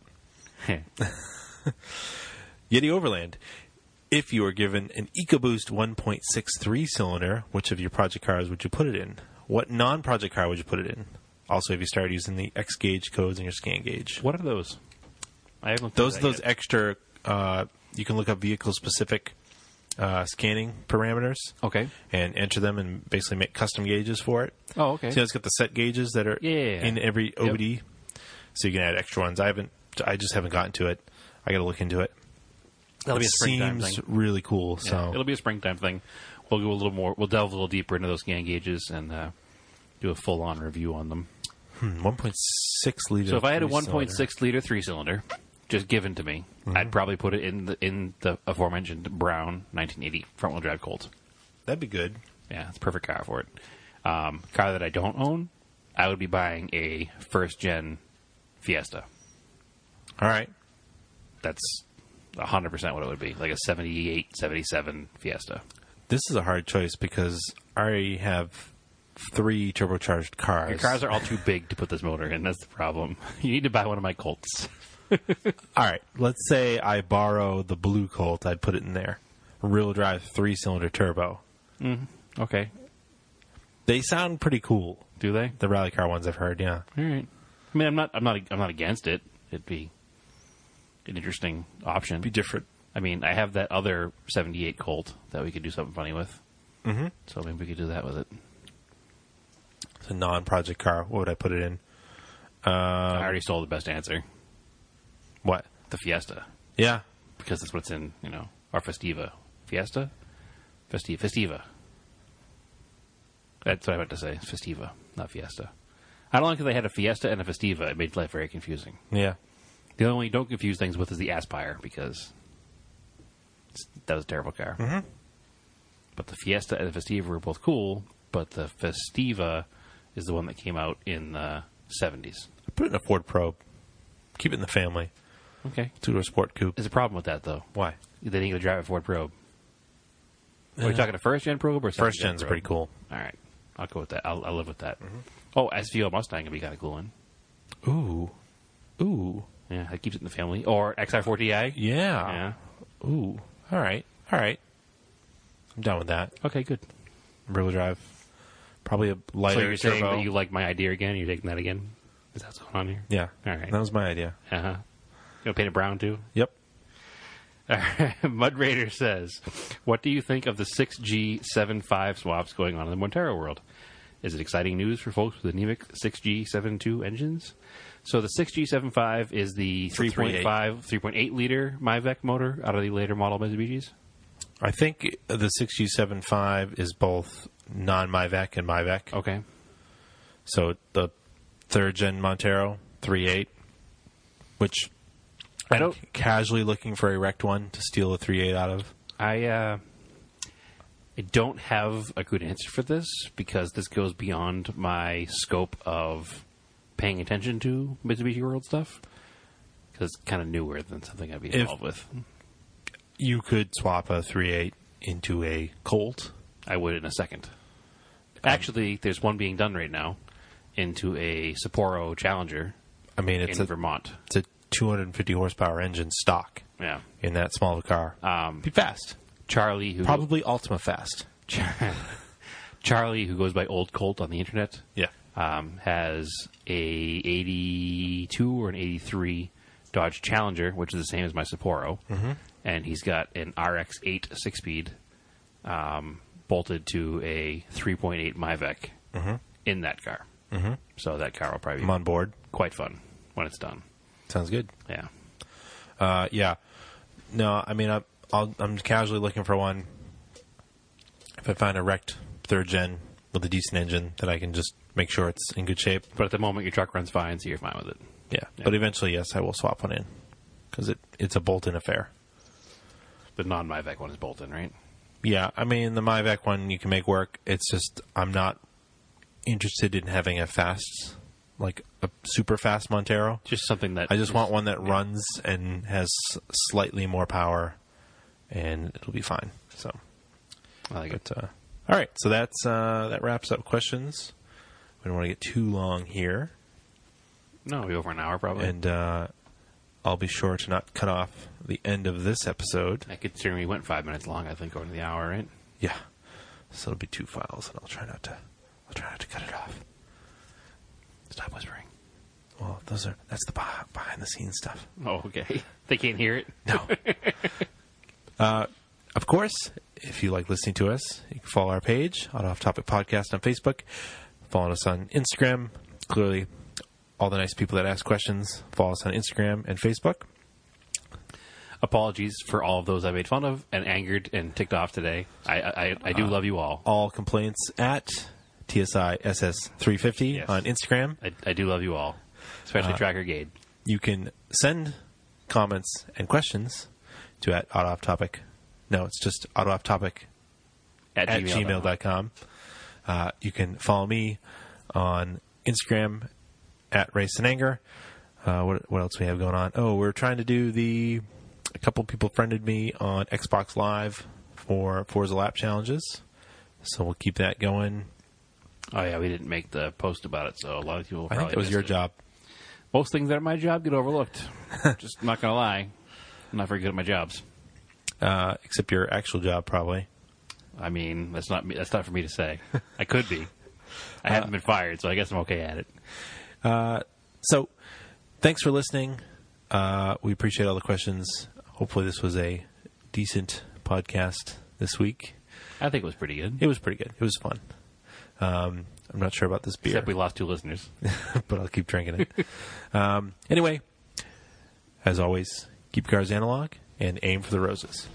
[SPEAKER 2] Yeti Overland. If you were given an EcoBoost 1.63 cylinder, which of your project cars would you put it in? What non project car would you put it in? Also, if you started using the X gauge codes in your scan gauge,
[SPEAKER 1] what are those? I haven't. looked
[SPEAKER 2] those
[SPEAKER 1] at
[SPEAKER 2] are
[SPEAKER 1] that
[SPEAKER 2] those
[SPEAKER 1] yet.
[SPEAKER 2] extra, uh, you can look up vehicle specific uh, scanning parameters
[SPEAKER 1] Okay.
[SPEAKER 2] and enter them and basically make custom gauges for it.
[SPEAKER 1] Oh, okay.
[SPEAKER 2] So it's got the set gauges that are
[SPEAKER 1] Yeah, yeah, yeah.
[SPEAKER 2] in every OBD, so you can add extra ones. I haven't, I just haven't gotten to it. I got to look into it.
[SPEAKER 1] That'll be a
[SPEAKER 2] It
[SPEAKER 1] springtime
[SPEAKER 2] seems
[SPEAKER 1] thing.
[SPEAKER 2] really cool.
[SPEAKER 1] Yeah,
[SPEAKER 2] so
[SPEAKER 1] it'll be a springtime thing. We'll go a little more. We'll delve a little deeper into those scan gauges and uh, do a full-on review on them.
[SPEAKER 2] Hmm, 1.6 liter.
[SPEAKER 1] So if I had a
[SPEAKER 2] three-cylinder.
[SPEAKER 1] 1.6 liter three-cylinder, just given to me,
[SPEAKER 2] Mm-hmm.
[SPEAKER 1] I'd probably put it in the in the aforementioned brown 1980 front-wheel drive Colt.
[SPEAKER 2] that'd be good.
[SPEAKER 1] Yeah, it's a perfect car for it. Um, car that I don't own, I would be buying a first-gen Fiesta.
[SPEAKER 2] All right,
[SPEAKER 1] That's 100 percent what it would be, like a 78, 77 Fiesta.
[SPEAKER 2] this is a hard choice because I already have three turbocharged cars.
[SPEAKER 1] Your cars are all too big to put this motor in. That's the problem. [laughs] You need to buy one of my Colts.
[SPEAKER 2] all right. Let's say I borrow the blue Colt. I'd put it in there. Real drive three cylinder turbo.
[SPEAKER 1] Okay.
[SPEAKER 2] They sound pretty cool.
[SPEAKER 1] Do they?
[SPEAKER 2] The rally car ones I've heard. Yeah.
[SPEAKER 1] All right. I mean, I'm not. I'm not. I'm not against it. It'd be an interesting option.
[SPEAKER 2] different.
[SPEAKER 1] I mean, I have that other '78 Colt that we could do something funny with. Mm-hmm. So maybe we could do that with it.
[SPEAKER 2] It's a non-project car. What would I put it in?
[SPEAKER 1] I already stole the best answer,
[SPEAKER 2] What?
[SPEAKER 1] the Fiesta,
[SPEAKER 2] Yeah.
[SPEAKER 1] because that's what's in. You know, our Festiva, Fiesta, Festiva, Festiva. That's what I meant to say. Festiva, not Fiesta. I don't like that they had a Fiesta and a Festiva. It made life very confusing.
[SPEAKER 2] Yeah.
[SPEAKER 1] The only one you don't confuse things with is the Aspire because it's- that was a terrible car. Mm-hmm. But the Fiesta and the Festiva were both cool, but the Festiva is the one that came out in the 70s.
[SPEAKER 2] Put it in a Ford Probe. Keep it in the family.
[SPEAKER 1] Okay.
[SPEAKER 2] Two door sport coupe.
[SPEAKER 1] There's a problem with that, though.
[SPEAKER 2] Why?
[SPEAKER 1] They didn't get to drive a Ford Probe. Are we
[SPEAKER 2] Uh,
[SPEAKER 1] talking a first gen Probe or second
[SPEAKER 2] First gen's
[SPEAKER 1] probe?
[SPEAKER 2] pretty cool.
[SPEAKER 1] All right. I'll go with that. I'll, I'll live with that.
[SPEAKER 2] Mm-hmm.
[SPEAKER 1] Oh, SVO Mustang would be kind of cool one.
[SPEAKER 2] Ooh. Oooo.
[SPEAKER 1] Yeah, that keeps it in the family. Or XR4TI.
[SPEAKER 2] Yeah.
[SPEAKER 1] Yeah.
[SPEAKER 2] Ooh. All right. All right. I'm done with that.
[SPEAKER 1] Okay, good.
[SPEAKER 2] Rear drive. Probably a
[SPEAKER 1] So
[SPEAKER 2] lighter
[SPEAKER 1] you're saying
[SPEAKER 2] turbo.
[SPEAKER 1] that you like my idea again? You're taking that again? Is that what's going on here?
[SPEAKER 2] yeah.
[SPEAKER 1] All right.
[SPEAKER 2] That was my idea.
[SPEAKER 1] Uh huh. You'll paint it brown too.
[SPEAKER 2] Yep.
[SPEAKER 1] [laughs] Mud Raider says, "What do you think of the 6G75 swaps going on in the Montero world? Is it exciting news for folks with anemic 6G72 engines?" So the 6G75 is the
[SPEAKER 2] a 3.8.
[SPEAKER 1] 3.5, 3.8 liter Myvec motor out of the later model Mitsubishis.
[SPEAKER 2] I think the 6G75 is both non MyVac and MyVac.
[SPEAKER 1] Okay,
[SPEAKER 2] So the third gen Montero 3.8, which
[SPEAKER 1] I don't.
[SPEAKER 2] I'm casually looking for a wrecked one to steal a 3.8 out of.
[SPEAKER 1] I uh, I don't have a good answer for this because this goes beyond my scope of paying attention to Mitsubishi World stuff because it's kind of newer than something I'd be involved with.
[SPEAKER 2] You could swap a 3.8 into a Colt.
[SPEAKER 1] I would in a second. Actually, there's one being done right now into a Sapporo Challenger
[SPEAKER 2] I mean, it's
[SPEAKER 1] in
[SPEAKER 2] a,
[SPEAKER 1] Vermont.
[SPEAKER 2] it's a 250 horsepower engine stock
[SPEAKER 1] Yeah,
[SPEAKER 2] in that small of a car.
[SPEAKER 1] Um,
[SPEAKER 2] Be fast.
[SPEAKER 1] Charlie who
[SPEAKER 2] Probably Ultima fast.
[SPEAKER 1] [laughs] Charlie who goes by Old Colt on the internet.
[SPEAKER 2] Yeah.
[SPEAKER 1] um, has a 82 or an 83 Dodge Challenger, which is the same as my Sapporo, mm-hmm. and he's got an RX-8 six-speed um, bolted to a 3.8 Myvec in that car. Mm-hmm. So that car will probably be
[SPEAKER 2] I'm on board.
[SPEAKER 1] quite fun when it's done.
[SPEAKER 2] Sounds good.
[SPEAKER 1] Yeah,
[SPEAKER 2] Uh, yeah. No, I mean, I, I'll, I'm casually looking for one. If I find a wrecked third gen with a decent engine, that I can just make sure it's in good shape.
[SPEAKER 1] but at the moment your truck runs fine, so you're fine with it.
[SPEAKER 2] Yeah. But eventually, yes, I will swap one in because it, it's a bolt in affair.
[SPEAKER 1] The non-Myvec one is bolted, right?
[SPEAKER 2] Yeah. I mean, the MyVac one you can make work. It's just, I'm not interested in having a fast, like a super fast Montero.
[SPEAKER 1] Just something that
[SPEAKER 2] I just want one that runs and has slightly more power, and it'll be fine. So,
[SPEAKER 1] I like it.
[SPEAKER 2] but uh, all right, so that's uh, that wraps up questions. We don't want to get too long here,
[SPEAKER 1] No, it'll be over an hour probably.
[SPEAKER 2] and uh, I'll be sure to not cut off the end of this episode.
[SPEAKER 1] I considering we went five minutes long, I think over the hour, right?
[SPEAKER 2] Yeah, so it'll be two files, and I'll try not to. I'll try not to cut it off.
[SPEAKER 1] Stop whispering.
[SPEAKER 2] Well, those are that's the behind the scenes stuff.
[SPEAKER 1] Oh, okay. [laughs] They can't hear it.
[SPEAKER 2] No. uh, of course, if you like listening to us, you can follow our page on Off Topic Podcast on Facebook, follow us on Instagram. Clearly, all the nice people that ask questions follow us on Instagram and Facebook.
[SPEAKER 1] Apologies for all of those I made fun of and angered and ticked off today. I I, I do love you all.
[SPEAKER 2] All complaints at TSISS350
[SPEAKER 1] Yes.
[SPEAKER 2] on Instagram.
[SPEAKER 1] I, I do love you all, especially Tracker Gade.
[SPEAKER 2] You can send comments and questions to at auto off topic. No, it's just auto off topic
[SPEAKER 1] At,
[SPEAKER 2] at gmail.com. Uh, you can follow me on Instagram at Race and Anger. Uh, what, what else we have going on? Oh, we're trying to do the. A couple people friended me on Xbox Live for Forza Lap challenges, so we'll keep that going.
[SPEAKER 1] Oh yeah, we didn't make the post about it, so a lot of people.
[SPEAKER 2] I
[SPEAKER 1] probably
[SPEAKER 2] think that was
[SPEAKER 1] missed
[SPEAKER 2] your
[SPEAKER 1] it.
[SPEAKER 2] job.
[SPEAKER 1] Most things that are my job get [laughs] overlooked. Just not gonna lie, I'm not very good at my jobs.
[SPEAKER 2] Uh, except your actual job, probably.
[SPEAKER 1] I mean, that's not me, that's not for me to say. I could be. [laughs] I haven't been fired, so I guess I'm okay at it.
[SPEAKER 2] So, thanks for listening. Uh, we appreciate all the questions. Hopefully, this was a decent podcast this week.
[SPEAKER 1] I think it was pretty good.
[SPEAKER 2] It was pretty good. It was fun. Um, I'm not sure about this beer,
[SPEAKER 1] Except we lost two listeners.
[SPEAKER 2] [laughs] but I'll keep drinking it. um, anyway, as always, keep your cars analog and aim for the roses.